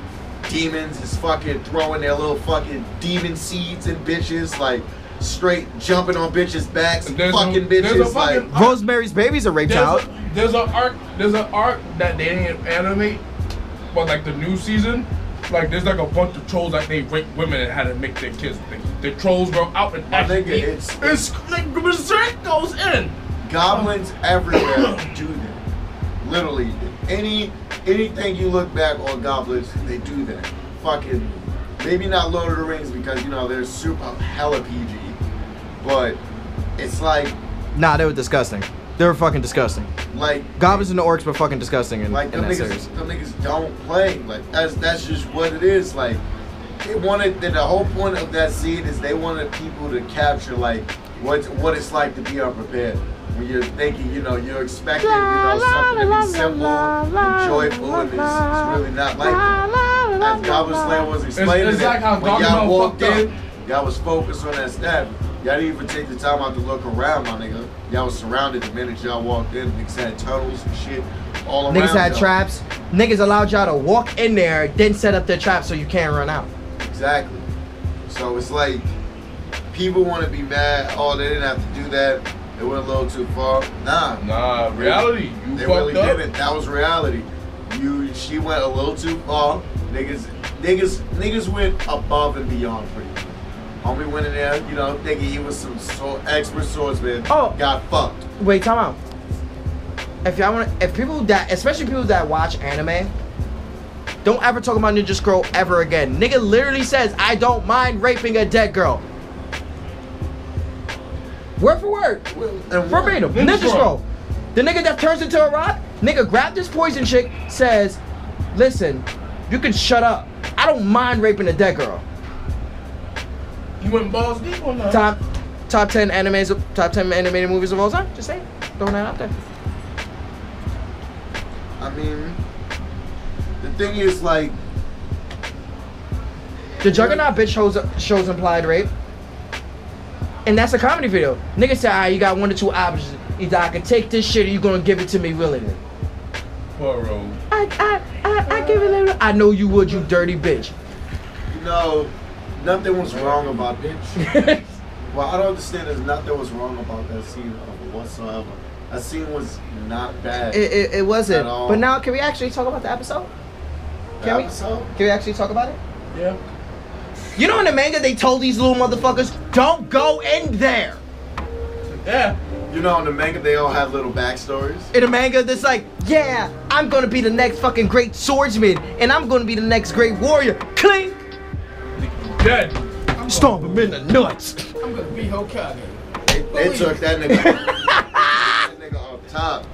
[SPEAKER 2] Demons is fucking throwing their little fucking demon seeds and bitches like straight jumping on bitches backs,
[SPEAKER 1] There's a-
[SPEAKER 2] fucking
[SPEAKER 1] there's a
[SPEAKER 2] bitches like.
[SPEAKER 1] fucking-
[SPEAKER 6] Rosemary's Baby's a rape
[SPEAKER 1] There's
[SPEAKER 6] child.
[SPEAKER 1] a, there's an arc. There's an arc that they didn't animate, but like the new season, like there's like a bunch of trolls like they raped women and had to make their kids. The, the trolls go out and
[SPEAKER 2] My nigga,
[SPEAKER 1] actually-
[SPEAKER 2] it's-
[SPEAKER 1] it's like berserk goes in.
[SPEAKER 6] (coughs)
[SPEAKER 2] Goblins everywhere (coughs) do that. Literally, any anything you look back on goblins, they do that. Fucking, maybe not Lord of the Rings because you know they're super hella PG, but it's like
[SPEAKER 6] Nah, they were disgusting. They were fucking disgusting.
[SPEAKER 2] like
[SPEAKER 6] Goblins and the orcs were fucking disgusting in,
[SPEAKER 2] like
[SPEAKER 6] in
[SPEAKER 2] them
[SPEAKER 6] that
[SPEAKER 2] niggas,
[SPEAKER 6] series.
[SPEAKER 2] them niggas don't play. Like that's that's just what it is. Like they wanted the, the whole point of that scene is they wanted people to capture like what what it's like to be unprepared. When you're thinking, you know, you're expecting, you know, something to be simple and joyful, and it's, it's really not like that. As Goblin Slayer was explaining
[SPEAKER 1] it's
[SPEAKER 2] it,
[SPEAKER 1] like how
[SPEAKER 2] when
[SPEAKER 1] Goblin
[SPEAKER 2] y'all walked
[SPEAKER 1] fucked
[SPEAKER 2] in, y'all was focused on that stab. Y'all didn't even take the time out to look around, my nigga. Y'all was surrounded the minute y'all walked in. Niggas had tunnels and shit all around.
[SPEAKER 6] Niggas had
[SPEAKER 2] y'all.
[SPEAKER 6] traps. Niggas allowed y'all to walk in there, then set up their traps so you can't run out.
[SPEAKER 2] Exactly. So it's like people want to be mad. Oh, they didn't have to do that. They went a little too far. Nah,
[SPEAKER 1] Nah, reality. You
[SPEAKER 2] they
[SPEAKER 1] fucked
[SPEAKER 2] really
[SPEAKER 1] up.
[SPEAKER 2] didn't. That was reality. You, she went a little too far. Niggas, niggas, niggas went above and beyond for you. Homie went in there, you know, thinking he was some so expert swordsman.
[SPEAKER 6] Oh.
[SPEAKER 2] got fucked.
[SPEAKER 6] Wait, time out. If y'all want, if people that, especially people that watch anime, don't ever talk about Ninja Scroll ever again. Nigga literally says, "I don't mind raping a dead girl." Word for word,
[SPEAKER 2] And what?
[SPEAKER 6] verbatim.
[SPEAKER 1] Ninja
[SPEAKER 6] Ninja,
[SPEAKER 1] Scroll.
[SPEAKER 6] Scroll. The nigga that turns into a rock, nigga grabbed this poison chick, says, "Listen, you can shut up. I don't mind raping a dead girl."
[SPEAKER 1] You went balls deep on that.
[SPEAKER 6] Top, top ten animes, top ten animated movies of all time. Just saying, throwing that out there.
[SPEAKER 2] I mean, the thing is, like,
[SPEAKER 6] The Juggernaut bitch shows shows implied rape, and that's a comedy video. Nigga said, "Ah, you got one or two options:
[SPEAKER 3] Either I could take this shit or you gonna give it to me willingly.
[SPEAKER 1] Burrow.
[SPEAKER 3] I, I, I, I give it later. I know you would, you dirty bitch.
[SPEAKER 2] You know, nothing was wrong about bitch.
[SPEAKER 6] (laughs)
[SPEAKER 3] That's
[SPEAKER 2] Well, I don't understand. There's nothing was wrong about that scene whatsoever. That scene was not bad.
[SPEAKER 6] It, it, it
[SPEAKER 2] At
[SPEAKER 6] wasn't.
[SPEAKER 2] all.
[SPEAKER 6] But now, can we actually talk about the episode? Can we?
[SPEAKER 2] Episode?
[SPEAKER 6] Can we actually talk about it?
[SPEAKER 1] Yeah.
[SPEAKER 6] You know, in the manga, they told these little motherfuckers, don't go in there.
[SPEAKER 1] Yeah.
[SPEAKER 2] You know, in the manga, they all have little backstories.
[SPEAKER 6] In the manga, that's like, yeah, I'm gonna be the next fucking great swordsman, and I'm gonna be the next great warrior. Clink!
[SPEAKER 1] Dead.
[SPEAKER 6] Stomp him in the nuts.
[SPEAKER 4] I'm gonna be Hokage.
[SPEAKER 2] They,
[SPEAKER 6] oh,
[SPEAKER 2] they took that nigga. that nigga off top.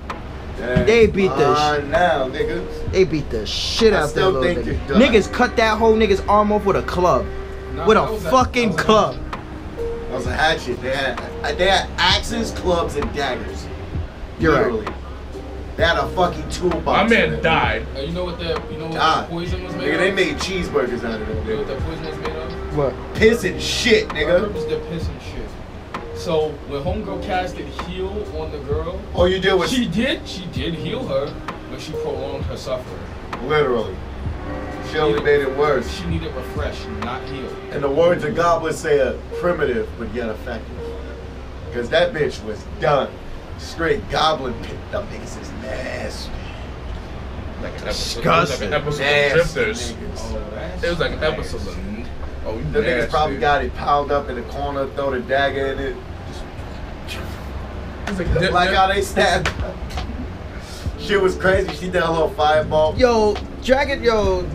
[SPEAKER 2] Damn.
[SPEAKER 6] They beat the
[SPEAKER 2] Uh, now, nigga.
[SPEAKER 6] They beat the shit
[SPEAKER 2] I
[SPEAKER 6] out that
[SPEAKER 2] still
[SPEAKER 6] little
[SPEAKER 2] think
[SPEAKER 6] nigga.
[SPEAKER 2] you're done.
[SPEAKER 6] Niggas cut that whole nigga's arm off with a club.
[SPEAKER 4] Nah,
[SPEAKER 6] with
[SPEAKER 4] that
[SPEAKER 6] a
[SPEAKER 4] was a-
[SPEAKER 6] fucking
[SPEAKER 4] that was a-
[SPEAKER 6] club.
[SPEAKER 2] That was a hatchet. They had uh, they had axes, clubs, and daggers.
[SPEAKER 6] You're right.
[SPEAKER 2] Literally. They had a fucking toolbox.
[SPEAKER 1] My
[SPEAKER 2] in it.
[SPEAKER 1] man died.
[SPEAKER 4] And you know what that you know what
[SPEAKER 2] Ah.
[SPEAKER 4] that poison was made
[SPEAKER 2] Nigga, they
[SPEAKER 4] of?
[SPEAKER 2] made cheeseburgers out of them.
[SPEAKER 4] You know
[SPEAKER 2] Nigga.
[SPEAKER 4] what that poison was made of?
[SPEAKER 6] What?
[SPEAKER 2] Piss and shit,
[SPEAKER 4] On
[SPEAKER 2] nigga.
[SPEAKER 4] purpose, they're pissing shit. So when homegirl casted heal on the girl,
[SPEAKER 2] All you did was
[SPEAKER 4] she did she did heal her, but she prolonged her suffering.
[SPEAKER 2] literally. She only made it worse.
[SPEAKER 4] She needed refresh, not heal.
[SPEAKER 2] And the words of God would say a primitive but yet effective. Because that bitch was done. Straight goblin picked up niggas is nasty.
[SPEAKER 1] Like an episode, it was like
[SPEAKER 6] Disgusting.
[SPEAKER 1] an episode of
[SPEAKER 2] Nasty niggas.
[SPEAKER 1] Drifters.
[SPEAKER 4] Oh, that's
[SPEAKER 1] It was like an
[SPEAKER 4] nice.
[SPEAKER 1] episode of. Oh, you
[SPEAKER 2] The niggas
[SPEAKER 1] nasty.
[SPEAKER 2] probably got it piled up in the corner, throw the dagger in it.
[SPEAKER 1] It's like, dip,
[SPEAKER 2] Like
[SPEAKER 1] dip.
[SPEAKER 2] how they stabbed. her. Shit was crazy. She did a little fireball.
[SPEAKER 6] Yo, Dragon, yo,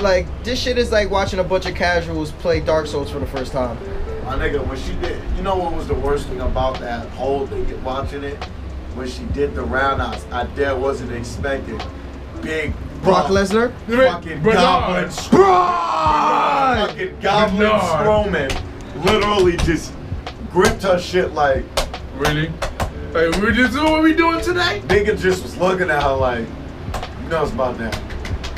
[SPEAKER 6] like, this shit is like watching a bunch of casuals play Dark Souls for the first time.
[SPEAKER 2] My nigga, when she did, you know what was the worst thing about that whole thing? Watching it, when she did the roundhouse, I dare wasn't expecting. Big
[SPEAKER 6] Brock
[SPEAKER 2] buff,
[SPEAKER 6] Lesnar?
[SPEAKER 2] fucking
[SPEAKER 1] Bernard.
[SPEAKER 2] goblin,
[SPEAKER 6] Bro!
[SPEAKER 2] fucking goblin
[SPEAKER 1] Bernard.
[SPEAKER 2] Strowman, literally just gripped her shit like
[SPEAKER 1] Really? Like, we're just doing what we doing today?
[SPEAKER 2] nigga just was looking at her like, you know it's about that.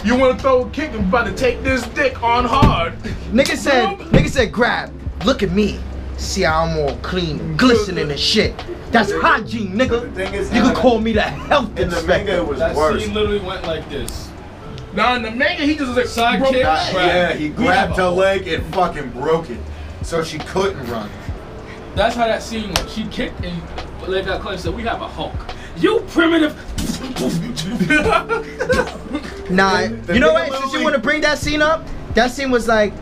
[SPEAKER 1] You want to throw a kick? I'm about to take this dick on hard. (laughs)
[SPEAKER 6] Nigga said, nigga said, grab. Look at me. See how I'm all clean, glistening and shit. That's hygiene, nigga.
[SPEAKER 2] The thing is,
[SPEAKER 6] You can call me the health
[SPEAKER 2] in the manga
[SPEAKER 6] inspector.
[SPEAKER 2] it was
[SPEAKER 4] That
[SPEAKER 2] worse.
[SPEAKER 4] scene literally went like this.
[SPEAKER 1] Nah, in the manga, he just was like,
[SPEAKER 4] Side
[SPEAKER 1] bro,
[SPEAKER 4] kick?
[SPEAKER 1] nah,
[SPEAKER 4] Right.
[SPEAKER 2] Yeah, he
[SPEAKER 4] We
[SPEAKER 2] grabbed
[SPEAKER 4] have a-
[SPEAKER 2] her leg and fucking broke it, so she couldn't run.
[SPEAKER 4] That's how that scene went. She kicked and
[SPEAKER 7] Like that clip said, we have a Hulk. You
[SPEAKER 1] (laughs)
[SPEAKER 7] primitive.
[SPEAKER 6] Nah,
[SPEAKER 2] the
[SPEAKER 6] you know
[SPEAKER 2] nigga
[SPEAKER 6] what? Since you
[SPEAKER 2] literally-
[SPEAKER 6] want to bring that scene up, that scene was like,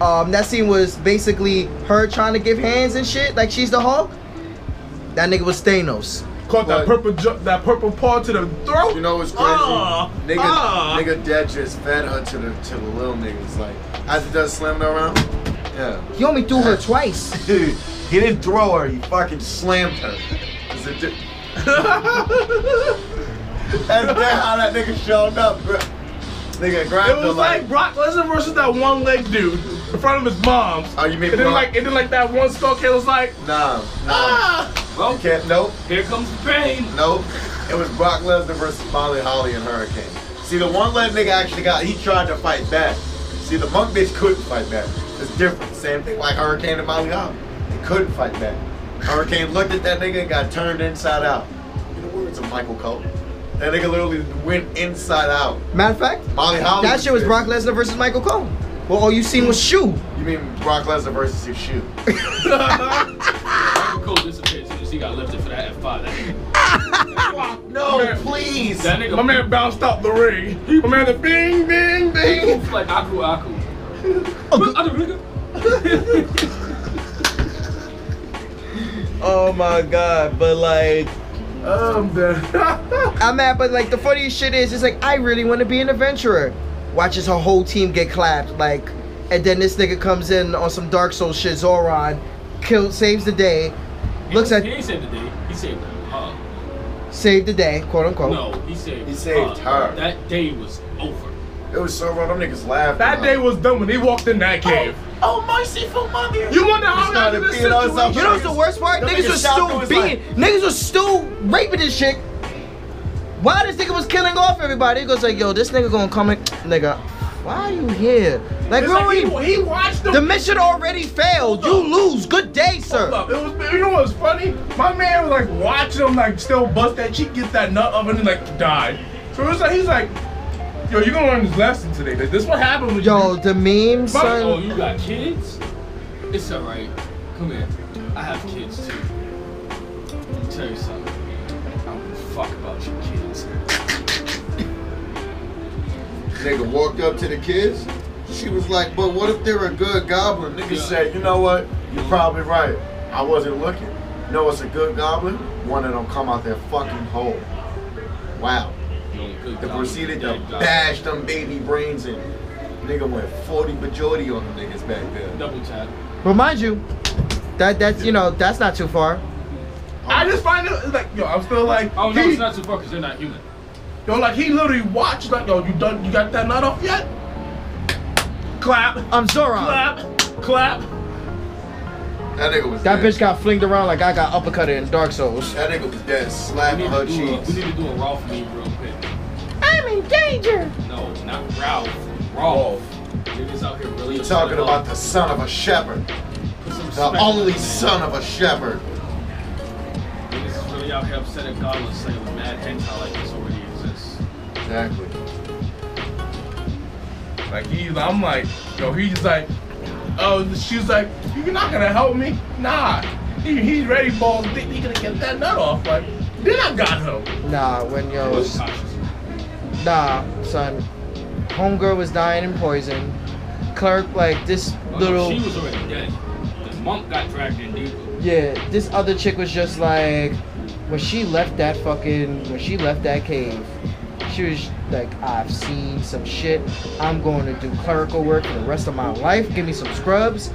[SPEAKER 6] um, that scene was basically her trying to give hands and shit, like she's the Hulk. That nigga was Thanos.
[SPEAKER 1] caught
[SPEAKER 2] Like-
[SPEAKER 1] that purple ju- that purple paw to the throat.
[SPEAKER 2] You know what's crazy?
[SPEAKER 1] Ah,
[SPEAKER 2] nigga,
[SPEAKER 1] ah.
[SPEAKER 2] nigga, dad just fed her to the to the little niggas. Like after that slammed her around, yeah.
[SPEAKER 6] He only threw her twice.
[SPEAKER 2] Dude, he didn't throw her. He fucking slammed her. It's a di- (laughs) That's that how that nigga showed up, bro. Nigga grabbed
[SPEAKER 1] It
[SPEAKER 2] her
[SPEAKER 1] was like Brock Lesnar versus that one leg dude in front of his mom's.
[SPEAKER 2] Oh, you mean
[SPEAKER 1] and then
[SPEAKER 2] Brock?
[SPEAKER 1] like and then like that one stalker was like,
[SPEAKER 2] nah, nah.
[SPEAKER 7] Well,
[SPEAKER 2] Can't. Nope.
[SPEAKER 7] Ah! here comes the pain.
[SPEAKER 2] Nope. It was Brock Lesnar versus Molly Holly and Hurricane. See, the one leg nigga actually got, he tried to fight back. See, the monk bitch couldn't fight back. It's different. Same thing like Hurricane and Molly Holly. They couldn't fight back. Hurricane looked at that nigga and got turned inside out. In the words of Michael Cole, that nigga literally went inside out.
[SPEAKER 6] Matter of fact,
[SPEAKER 2] Molly Holly.
[SPEAKER 6] that shit was Brock Lesnar versus Michael Cole. Well, all you seen was shoe.
[SPEAKER 2] You mean Brock Lesnar versus his
[SPEAKER 7] (laughs)
[SPEAKER 2] shoe?
[SPEAKER 7] Michael Cole disappeared as soon as he got lifted for that F5. That nigga,
[SPEAKER 2] No,
[SPEAKER 1] Man.
[SPEAKER 2] please.
[SPEAKER 7] that nigga
[SPEAKER 1] my man bounced out the ring. My man, the bing, bing, bing.
[SPEAKER 7] moved like Aku Aku. Other nigga.
[SPEAKER 6] Oh my god, but like,
[SPEAKER 1] Um, (laughs) the
[SPEAKER 6] I'm mad, but like the funniest shit is, it's like I really want to be an adventurer. Watches her whole team get clapped, like, and then this nigga comes in on some Dark Souls shit, Zoran, kills, saves the day, looks
[SPEAKER 7] He
[SPEAKER 6] at,
[SPEAKER 7] ain't saved the day. He saved her.
[SPEAKER 6] saved the day, quote unquote.
[SPEAKER 7] No, he saved.
[SPEAKER 2] He saved her.
[SPEAKER 7] Uh, That day was over.
[SPEAKER 2] It was so wrong. Them niggas laughed.
[SPEAKER 1] that day was done when he walked in that cave.
[SPEAKER 2] Oh, mercy for mother.
[SPEAKER 1] You wonder how
[SPEAKER 2] Started
[SPEAKER 1] out of this
[SPEAKER 2] beating us up.
[SPEAKER 1] situation.
[SPEAKER 6] You know what's the worst part?
[SPEAKER 2] Them
[SPEAKER 6] Niggas
[SPEAKER 2] niggas
[SPEAKER 6] was
[SPEAKER 2] shout
[SPEAKER 6] still
[SPEAKER 2] through his
[SPEAKER 6] beating, niggas was still raping this shit. Why this nigga was killing off everybody? He goes like, yo, this nigga gonna come in, nigga.
[SPEAKER 3] Why are you here? Like,
[SPEAKER 1] It's
[SPEAKER 3] we
[SPEAKER 1] like
[SPEAKER 3] already,
[SPEAKER 1] he, he watched
[SPEAKER 3] the mission already failed. You lose. Good day,
[SPEAKER 1] Hold
[SPEAKER 3] sir.
[SPEAKER 1] up. It was, you know what's funny? My man was like watching him like still bust that cheek, get that nut up, and then like die. So it was like he's like, yo, you're gonna learn this lesson today. Like, this what happened when you
[SPEAKER 3] Yo, the memes,
[SPEAKER 1] Bro,
[SPEAKER 4] Oh,
[SPEAKER 3] son.
[SPEAKER 4] you got kids? It's alright. Come here. I have kids too. Let me tell you something. I don't give a fuck about your kids.
[SPEAKER 12] Nigga walked up to the kids. She was like, but what if they're a good goblin?
[SPEAKER 4] Yeah.
[SPEAKER 12] Nigga said,
[SPEAKER 2] Say, you know what? You're probably right. I wasn't looking. You know what's a good goblin? One that don't come out their fucking hole.
[SPEAKER 12] wow.
[SPEAKER 4] The
[SPEAKER 12] They proceeded to bash them baby brains in. Nigga went 40 majority on them niggas back there.
[SPEAKER 4] Double tap.
[SPEAKER 3] Remind you, that that's you know that's not too far.
[SPEAKER 12] Oh,
[SPEAKER 1] I just find it it's like, yo, I'm still like,
[SPEAKER 4] Oh no,
[SPEAKER 1] he-
[SPEAKER 4] it's not too far because they're not human.
[SPEAKER 1] yo, like he literally watched like, yo, you done, you got that nut off yet? Clap,
[SPEAKER 3] I'm Zoran.
[SPEAKER 1] clap, clap.
[SPEAKER 12] That nigga was
[SPEAKER 3] That
[SPEAKER 12] dead.
[SPEAKER 3] bitch got flinged around like I got uppercutted in Dark Souls.
[SPEAKER 12] That nigga was dead,
[SPEAKER 4] We
[SPEAKER 12] slapping
[SPEAKER 4] need,
[SPEAKER 12] her
[SPEAKER 4] to do a, we
[SPEAKER 12] cheeks.
[SPEAKER 4] need to do a Ralph meme real quick.
[SPEAKER 3] I'm in danger.
[SPEAKER 4] No, not Ralph. Ralph. Niggas out here really
[SPEAKER 12] Talking about the son of a shepherd. The only son of a shepherd.
[SPEAKER 4] Niggas is really out here upset at God with saying mad hentai like this already exists.
[SPEAKER 12] Exactly.
[SPEAKER 1] Like he's, I'm like, yo, he's like, oh, she's like, you're not gonna help me? Nah. He, he's ready, balls deep. He gonna get that nut off. Like, then I got him.
[SPEAKER 3] Nah, when yo,
[SPEAKER 4] It's conscious.
[SPEAKER 3] nah, son. Homegirl was dying in poison. Clerk, like this
[SPEAKER 4] Oh, no,
[SPEAKER 3] little,
[SPEAKER 4] She was already dead. The monk got dragged in deeper.
[SPEAKER 3] yeah, this other chick was just like, when she left that fucking, when she left that cave, she was like, I've seen some shit. I'm going to do clerical work for the rest of my life. Give me some scrubs.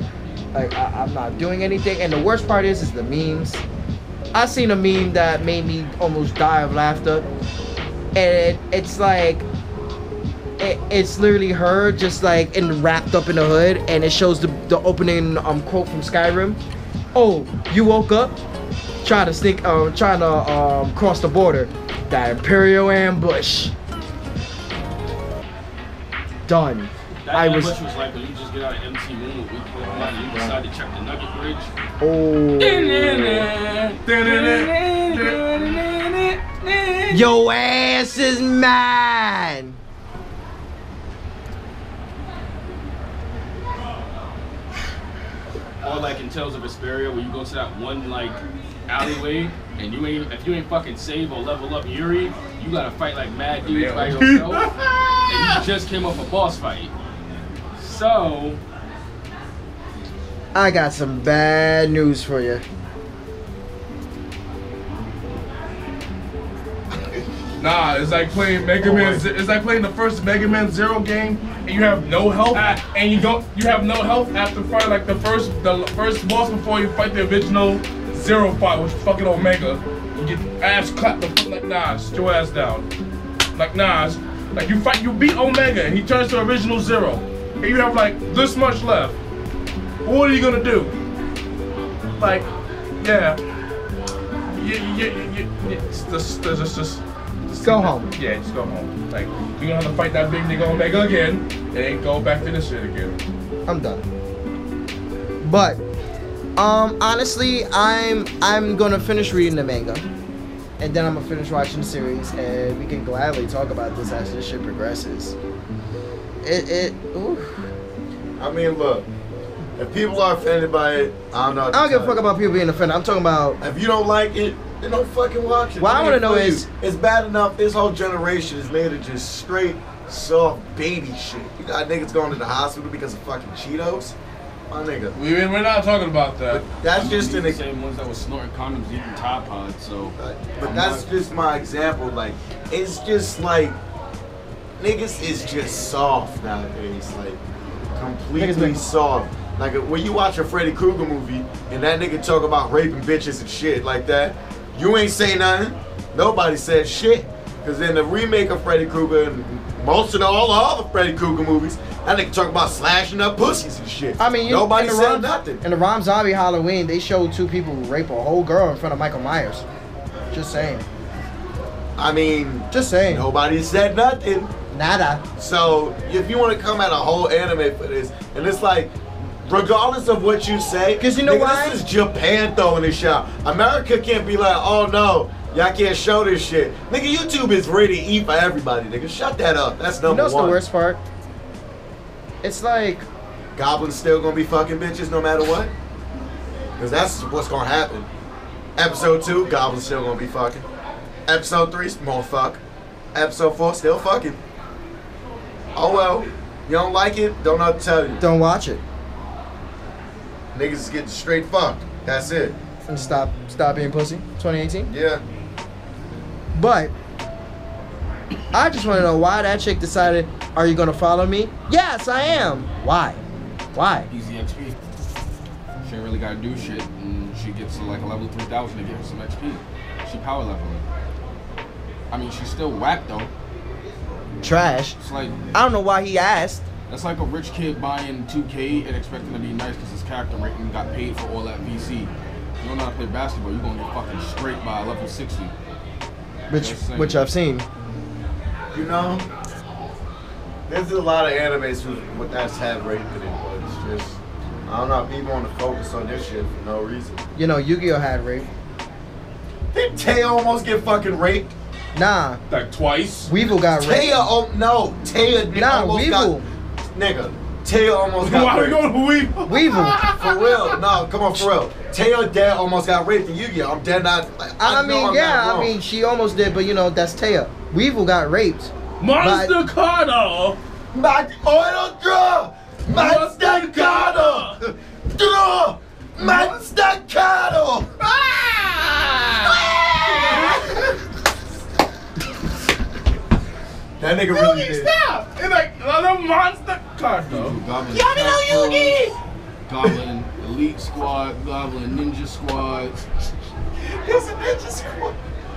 [SPEAKER 3] Like I, I'm not doing anything. And the worst part is, is the memes. I seen a meme that made me almost die of laughter, and it, it's like. it- It's literally her just like in wrapped up in the hood, and it shows the, the opening um quote from Skyrim. Oh, you woke up, trying to sneak, um, trying to um cross the border, that Imperial ambush. Done.
[SPEAKER 4] That
[SPEAKER 3] I
[SPEAKER 4] man
[SPEAKER 3] was.
[SPEAKER 4] Butch was like, when you just get out of MT Moon with weak money, you decide to check the Nugget Bridge.
[SPEAKER 3] Oh. Yo ass is mine.
[SPEAKER 4] Or like in Tales of Vesperia, where you go to that one like alleyway, and you ain't if you ain't fucking save or level up Yuri, you gotta fight like mad dudes by yourself,
[SPEAKER 12] (laughs)
[SPEAKER 4] and you just came off a boss fight. So
[SPEAKER 3] I got some bad news for you.
[SPEAKER 1] Nah, it's like playing Mega Man. Ze- It's like playing the first Mega Man Zero game, and you have no health,
[SPEAKER 4] Ah.
[SPEAKER 1] and you don't. You have no health after fight like the first, the l- first boss before you fight the original Zero fight, which is fucking Omega. You get ass clapped the fuck like Nas, your ass down. Like Nas, like you fight, you beat Omega, and he turns to original Zero, and you have like this much left. What are you gonna do? Like, yeah. Yeah, yeah, yeah, yeah. It's just, it's just, it's just-
[SPEAKER 3] Go home.
[SPEAKER 1] Yeah, just go home. Like, you're gonna have to fight that big nigga Omega again, and then go back to this shit again.
[SPEAKER 3] I'm done. But um honestly, I'm I'm gonna finish reading the manga. And then I'm gonna finish watching the series and we can gladly talk about this as this shit progresses. It it oof.
[SPEAKER 2] I mean, look, if people are offended by it, I'm not.
[SPEAKER 3] I don't give a
[SPEAKER 2] offended.
[SPEAKER 3] fuck about people being offended. I'm talking about
[SPEAKER 2] If you don't like it, then don't fucking watch it.
[SPEAKER 3] What I
[SPEAKER 2] Let me
[SPEAKER 3] wanna know
[SPEAKER 2] tell you,
[SPEAKER 3] is-
[SPEAKER 2] it's bad enough. This whole generation is made of just straight soft baby shit. You got niggas going to the hospital because of fucking Cheetos, my nigga.
[SPEAKER 1] We, we're not talking about that.
[SPEAKER 2] That's just
[SPEAKER 4] the
[SPEAKER 2] an. Ex-
[SPEAKER 4] same ones that was snorting condoms eating Tide Pods. So
[SPEAKER 2] but but that's just my example. Like, it's just like niggas is just soft nowadays. Like, completely soft. Like when you watch a Freddy Krueger movie and that nigga talk about raping bitches and shit like that, you ain't say nothing. Nobody said shit. Cause in the remake of Freddy Krueger and most of the, all the other Freddy Krueger movies, that nigga talk about slashing up pussies and shit.
[SPEAKER 3] I mean you
[SPEAKER 2] nobody
[SPEAKER 3] in the
[SPEAKER 2] said
[SPEAKER 3] Rom-
[SPEAKER 2] nothing.
[SPEAKER 3] In the Rom Zombie Halloween, they showed two people who rape a whole girl in front of Michael Myers. Just saying.
[SPEAKER 2] I mean,
[SPEAKER 3] Just saying.
[SPEAKER 2] Nobody said nothing.
[SPEAKER 6] Nada.
[SPEAKER 2] So if you want to come at a whole anime for this, and it's like, regardless of what you say,
[SPEAKER 6] 'Cause you know
[SPEAKER 2] nigga,
[SPEAKER 6] why?
[SPEAKER 2] This is Japan throwing this shot. America can't be like, oh no, y'all can't show this shit. Nigga, YouTube is rated E for everybody. Nigga, shut that up. That's
[SPEAKER 6] You
[SPEAKER 2] number
[SPEAKER 6] know what's the
[SPEAKER 2] one.
[SPEAKER 6] worst part? It's like
[SPEAKER 2] Goblins still gonna be fucking bitches no matter what. Cause that's what's gonna happen. Episode two, goblins still gonna be fucking. Episode three, more fuck. Episode four, still fucking. Oh well, you don't like it, don't know what to tell you.
[SPEAKER 6] don't watch it
[SPEAKER 2] Niggas is getting straight fucked. That's it.
[SPEAKER 6] and stop stop being pussy. 2018.
[SPEAKER 2] Yeah.
[SPEAKER 6] But I just want to know why that chick decided. Are you gonna follow me? Yes, I am. Why? Why?
[SPEAKER 4] Easy XP. She ain't really gotta do shit, and she gets to like a level 3000 to get her some XP. She power leveling. I mean, she's still whack though.
[SPEAKER 6] Trash.
[SPEAKER 4] It's like
[SPEAKER 6] I don't know why he asked.
[SPEAKER 4] that's like a rich kid buying 2K and expecting to be nice because his character rating got paid for all that VC. You don't know how to play basketball, you're gonna get fucking straight by a level 60.
[SPEAKER 6] Which
[SPEAKER 4] Just saying.
[SPEAKER 6] which I've seen.
[SPEAKER 2] You know, there's a lot of animes who what that's had rated in, but it's just I don't know. People want to focus on this shit for no reason.
[SPEAKER 6] You know, Yu-Gi-Oh had rape.
[SPEAKER 2] Did Taya almost get fucking raped?
[SPEAKER 6] Nah,
[SPEAKER 1] Like twice.
[SPEAKER 6] Weevil got
[SPEAKER 2] Taya,
[SPEAKER 6] raped.
[SPEAKER 2] oh no, Taya
[SPEAKER 6] Nah,
[SPEAKER 2] almost
[SPEAKER 6] Weevil.
[SPEAKER 2] got nigga. Taya almost got
[SPEAKER 1] Why are we
[SPEAKER 2] raped.
[SPEAKER 1] going to weep?
[SPEAKER 2] (laughs)
[SPEAKER 6] Weevil.
[SPEAKER 2] For real, no, come on, for real. Taya dead almost got raped in Yu-Gi-Oh. I'm dead not. Like,
[SPEAKER 6] I,
[SPEAKER 2] know
[SPEAKER 6] mean,
[SPEAKER 2] I'm
[SPEAKER 6] yeah,
[SPEAKER 2] not
[SPEAKER 6] I
[SPEAKER 2] wrong.
[SPEAKER 6] mean, she almost did, but you know, that's Taya. Weevil got raped.
[SPEAKER 1] Monster Carter!
[SPEAKER 2] Matt Oil Draw! Matt Staccato! Draw! Matt Staccato!
[SPEAKER 1] Ah!
[SPEAKER 2] That nigga really did.
[SPEAKER 1] Stop! (laughs) It's like another Monster Carter.
[SPEAKER 4] Goblin, Scout Bros, Goblin, Elite Squad, Goblin, Ninja Squad.
[SPEAKER 2] It's a ninja squad.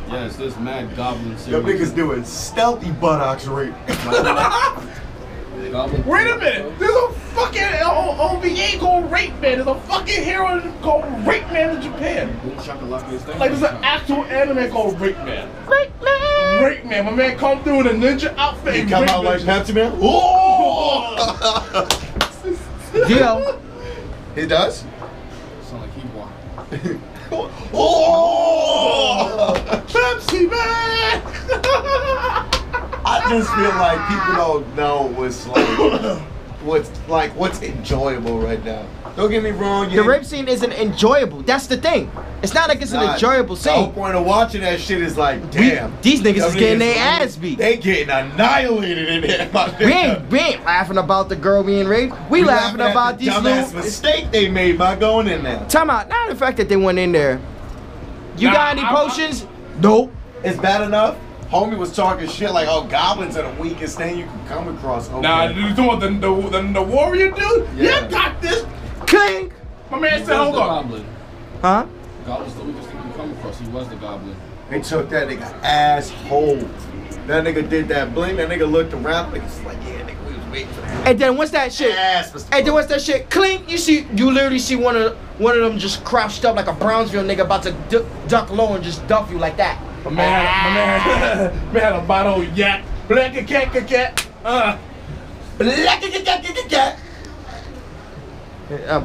[SPEAKER 4] Yes, there's mad Goblin
[SPEAKER 2] Your
[SPEAKER 4] series.
[SPEAKER 2] niggas doing stealthy buttocks rape.
[SPEAKER 4] Goblin-
[SPEAKER 1] Wait a minute! There's a fucking oh, O- OVA called Rape Man. There's a fucking hero called Rape Man in Japan.
[SPEAKER 4] Boom shakalaka is thing.
[SPEAKER 1] Like, there's an actual anime called Rape Man. Rape Man! Rape Man. My man come through in a ninja outfit.
[SPEAKER 2] He
[SPEAKER 1] and
[SPEAKER 2] come
[SPEAKER 1] rape
[SPEAKER 2] out like
[SPEAKER 1] bitches.
[SPEAKER 2] Pepsi Man. Ooh! (laughs)
[SPEAKER 6] Dio.
[SPEAKER 2] he does?
[SPEAKER 4] Sound like he walked.
[SPEAKER 6] (laughs)
[SPEAKER 2] Oh! Pepsi Man! I just feel like people don't know what's like, what's like, what's enjoyable right now. Don't get me wrong. You
[SPEAKER 6] The rape scene isn't enjoyable. That's the thing. It's not like it's an enjoyable
[SPEAKER 2] The whole
[SPEAKER 6] scene.
[SPEAKER 2] point of watching that shit is like, damn.
[SPEAKER 6] These niggas is
[SPEAKER 2] Them
[SPEAKER 6] getting their ass beat.
[SPEAKER 2] They getting annihilated in there. My nigga.
[SPEAKER 6] We ain't, we ain't laughing about the girl being raped. We,
[SPEAKER 2] You
[SPEAKER 6] laughing,
[SPEAKER 2] at
[SPEAKER 6] about
[SPEAKER 2] the
[SPEAKER 6] these
[SPEAKER 2] dumbass
[SPEAKER 6] little.
[SPEAKER 2] mistake they made by going in there.
[SPEAKER 6] Time out. Not the fact that they went in there. You
[SPEAKER 7] Nah,
[SPEAKER 6] got any
[SPEAKER 7] I- I-
[SPEAKER 6] potions? nope.
[SPEAKER 2] It's bad enough. Homie was talking shit like, oh, goblins are the weakest thing you can come across. Okay.
[SPEAKER 1] Nah, you doing the, the, the, the warrior dude?
[SPEAKER 2] Yeah.
[SPEAKER 1] Yeah, got this.
[SPEAKER 6] Clink.
[SPEAKER 1] My man
[SPEAKER 4] He
[SPEAKER 1] said,
[SPEAKER 4] was
[SPEAKER 1] hold
[SPEAKER 4] the
[SPEAKER 1] on.
[SPEAKER 4] Goblin.
[SPEAKER 6] Huh?
[SPEAKER 4] Goblin's the weakest thing you come across. He was the Goblin.
[SPEAKER 2] They took that nigga asshole. That nigga did that blink. That nigga looked around. Like, it's like, yeah, nigga, we was waiting for that.
[SPEAKER 6] And then what's that shit?
[SPEAKER 2] Ass, Mr.
[SPEAKER 6] And then what's that shit? Clink. You see, you literally see one of one of them just crouched up like a Brownsville nigga about to du- duck low and just duff you like that.
[SPEAKER 1] My man, had- my man, had- (laughs) man had a bottle of yak. Black a cat, cat, cat. Uh,
[SPEAKER 6] Uh,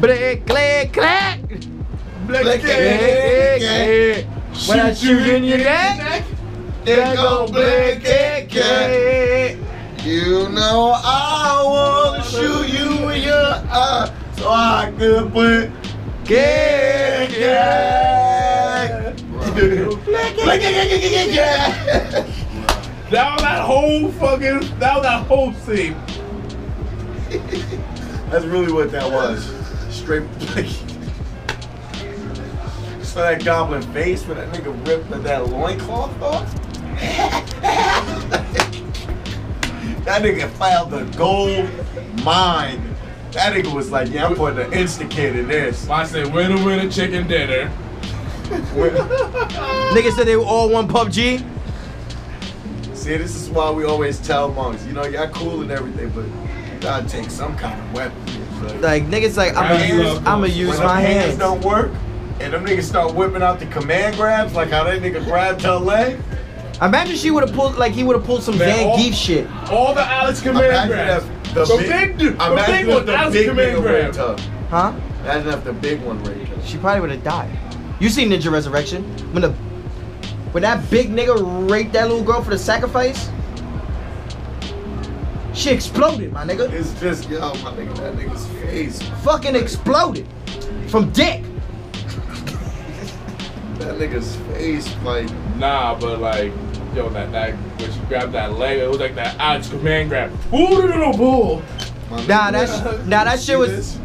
[SPEAKER 6] Blink, click, clack.
[SPEAKER 1] black a
[SPEAKER 2] Black
[SPEAKER 1] cat.
[SPEAKER 6] Click, click. When I
[SPEAKER 1] Shoot you
[SPEAKER 6] shoot in your
[SPEAKER 1] neck.
[SPEAKER 6] neck,
[SPEAKER 2] There
[SPEAKER 6] I go blink, click, click.
[SPEAKER 2] You know I wanna shoot you in your eye so I could put
[SPEAKER 6] Click,
[SPEAKER 2] yeah.
[SPEAKER 1] That was that whole fucking, that was that whole scene.
[SPEAKER 2] That's really what that was. Straight blink. So that goblin face when that nigga ripped that, that loincloth off. (laughs) that nigga filed the gold mine. That nigga was like, yeah, I'm putting an instigator in this. (laughs)
[SPEAKER 1] I said, win a win a chicken dinner.
[SPEAKER 6] Niggas said they were all one PUBG.
[SPEAKER 2] See, this is why we always tell monks, you know, y'all cool and everything, but you gotta take some kind of weapon. Like,
[SPEAKER 6] Like niggas like I'm
[SPEAKER 1] I
[SPEAKER 6] gonna use
[SPEAKER 1] love
[SPEAKER 6] I'm gonna
[SPEAKER 1] those.
[SPEAKER 6] use
[SPEAKER 2] when them
[SPEAKER 6] my hands.
[SPEAKER 2] don't work, and them niggas start whipping out the command grabs, like how that nigga grabbed her leg.
[SPEAKER 6] Imagine she would have pulled like he would have pulled some
[SPEAKER 1] Man,
[SPEAKER 6] Van
[SPEAKER 1] all-
[SPEAKER 6] Geef shit.
[SPEAKER 1] All the Alex command grabs.
[SPEAKER 2] if
[SPEAKER 1] The big dude. The big
[SPEAKER 2] imagine if
[SPEAKER 1] one.
[SPEAKER 2] the
[SPEAKER 1] Alex
[SPEAKER 2] big
[SPEAKER 1] command
[SPEAKER 2] nigga raped
[SPEAKER 1] grab.
[SPEAKER 2] her.
[SPEAKER 6] Huh?
[SPEAKER 2] Imagine if the big one raped her.
[SPEAKER 6] She probably would have died. You seen Ninja Resurrection? When the when that big nigga raped that little girl for the sacrifice? She exploded, my nigga.
[SPEAKER 2] It's just, yo, my nigga, that nigga's face.
[SPEAKER 6] Fucking exploded. From dick.
[SPEAKER 2] That nigga's face, like,
[SPEAKER 1] Nah, but like, yo, that that when she grabbed that leg, it was like that Alex command grab. Ooh, no, no, no, bull.
[SPEAKER 2] my
[SPEAKER 6] Nah,
[SPEAKER 2] nigga,
[SPEAKER 6] that's nah that shit (laughs) was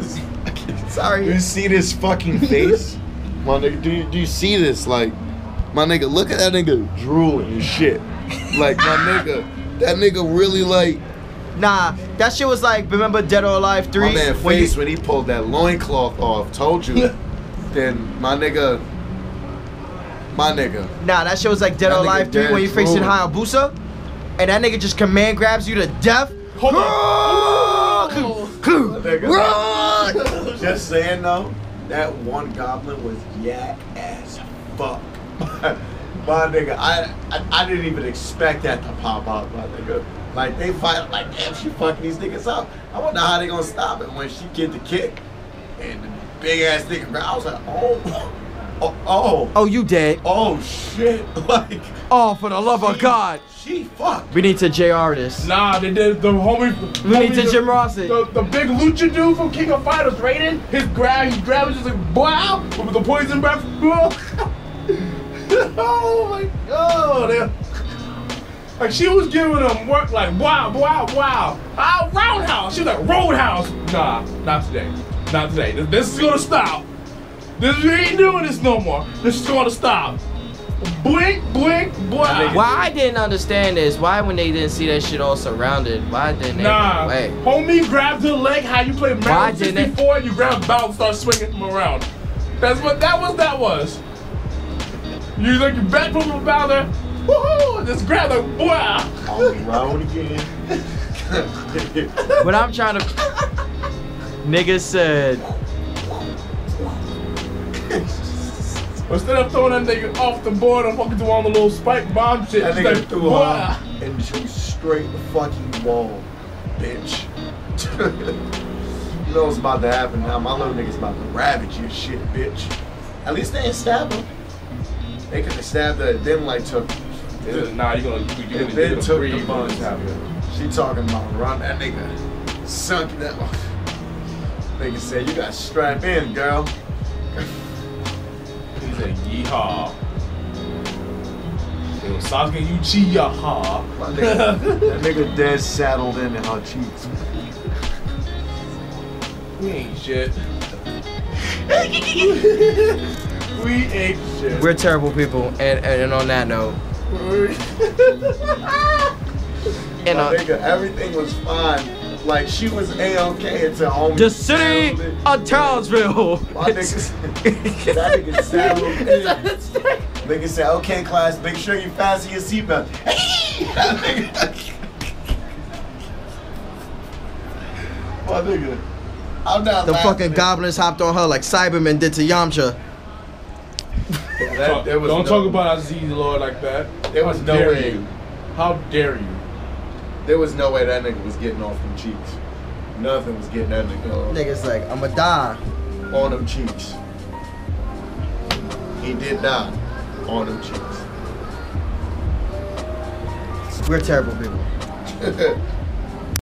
[SPEAKER 2] You
[SPEAKER 6] sorry.
[SPEAKER 2] see this fucking
[SPEAKER 6] (laughs)
[SPEAKER 2] face? my nigga, do you, do you see this? Like, my nigga, look at that nigga drooling and shit. Like, my nigga, that nigga really, like,
[SPEAKER 6] Nah, that shit was like remember Dead or Alive 3?
[SPEAKER 2] my man
[SPEAKER 6] When you-
[SPEAKER 2] face when he pulled that loincloth off, told
[SPEAKER 6] (laughs)
[SPEAKER 2] you. then, my nigga, my nigga.
[SPEAKER 6] Nah, that shit was like Dead
[SPEAKER 2] That
[SPEAKER 6] or
[SPEAKER 2] nigga
[SPEAKER 6] Alive 3
[SPEAKER 2] dead
[SPEAKER 6] when you facing
[SPEAKER 2] true.
[SPEAKER 6] Hayabusa. And that nigga just command grabs you to death. (clears throat)
[SPEAKER 1] Hold
[SPEAKER 2] Ah!
[SPEAKER 1] on.
[SPEAKER 2] Nigga. (laughs) Just saying though, that one goblin was yak as fuck. (laughs) my nigga, I, I I didn't even expect that to pop out, my nigga. Like they fight, like damn, she fucking these niggas up. I wonder how they gonna stop it when she get the kick and the big ass nigga. I was like, oh, (laughs) oh, oh,
[SPEAKER 6] Oh, you dead.
[SPEAKER 2] oh shit, (laughs) like
[SPEAKER 6] Oh, for the love of God.
[SPEAKER 2] she fucked.
[SPEAKER 6] We need to JR this.
[SPEAKER 1] Nah, they did the homie.
[SPEAKER 6] We need
[SPEAKER 1] homie-
[SPEAKER 6] to
[SPEAKER 1] the-
[SPEAKER 6] Jim Ross it.
[SPEAKER 1] The, the big lucha dude from King of Fighters, Raiden. His grab, he grabs just like wow with the poison breath. (laughs) oh my god! they- Like she was giving him work, like wow, wow, wow. Ah, roundhouse. She's like roadhouse. Nah, not today. Not today. This, this is gonna stop. This we ain't doing this no more. This is gonna stop. Blink, blink, blink.
[SPEAKER 3] Why I didn't understand this? Why when they didn't see that shit all surrounded? Why didn't they?
[SPEAKER 1] Nah,
[SPEAKER 3] Wait.
[SPEAKER 1] homie grabbed her leg. How you play
[SPEAKER 3] Why
[SPEAKER 1] Mario
[SPEAKER 3] didn't it-
[SPEAKER 1] 64 and you grab bounce, start swinging him around. That's what that was. That was. You like you back from a bounder. Woohoo! and Just grab the wow.
[SPEAKER 2] On round
[SPEAKER 6] (laughs)
[SPEAKER 2] again. (laughs)
[SPEAKER 3] But I'm trying to. Nigga said,
[SPEAKER 1] Instead of throwing that nigga off the board and fucking doing all the little spike bomb shit,
[SPEAKER 2] That
[SPEAKER 1] she's
[SPEAKER 2] nigga
[SPEAKER 1] like,
[SPEAKER 2] threw her
[SPEAKER 1] "Wah."
[SPEAKER 2] and she was straight the fucking wall, bitch. (laughs) you know what's about to happen now. My little nigga's about to ravage your shit, bitch. At least they didn't stab her. They could have stabbed her and then like took.
[SPEAKER 1] Nah, you're gonna you're
[SPEAKER 2] And
[SPEAKER 1] gonna, you're
[SPEAKER 2] then
[SPEAKER 1] gonna
[SPEAKER 2] took the
[SPEAKER 1] breathe. when this
[SPEAKER 2] buns.
[SPEAKER 1] happens.
[SPEAKER 2] She talking about run that nigga sunk that. nigga said you got strap in, girl.
[SPEAKER 1] He said, "Yeehaw." It was Sasuke Uchiha.
[SPEAKER 2] My (laughs) nigga, that nigga dead saddled in in her cheeks.
[SPEAKER 1] We ain't (laughs) shit. we ain't shit.
[SPEAKER 3] "We're terrible people." And and, and on that note, and uh, on,
[SPEAKER 2] My nigga, everything was fine. Like she was a okay until homie.
[SPEAKER 3] the city of Townsville.
[SPEAKER 2] My nigga, that nigga
[SPEAKER 3] (laughs)
[SPEAKER 2] saddled in. Nigga said, "Okay, class, make sure you fasten your seatbelt." (laughs) That nigga- My nigga, I'm not
[SPEAKER 6] The
[SPEAKER 2] laughing.
[SPEAKER 6] fucking goblins hopped on her like Cybermen did to Yamcha.
[SPEAKER 2] That- there was
[SPEAKER 1] Don't
[SPEAKER 2] no-
[SPEAKER 1] talk about Aziz Lord like that.
[SPEAKER 2] There was
[SPEAKER 1] How
[SPEAKER 2] no
[SPEAKER 1] dare
[SPEAKER 2] way.
[SPEAKER 1] You. How dare you?
[SPEAKER 2] There was no way that nigga was getting off them cheeks. Nothing was getting that nigga
[SPEAKER 6] Niggas like, I'ma die.
[SPEAKER 2] off. on them cheeks. He did not on them cheeks. (laughs)
[SPEAKER 6] We're terrible people.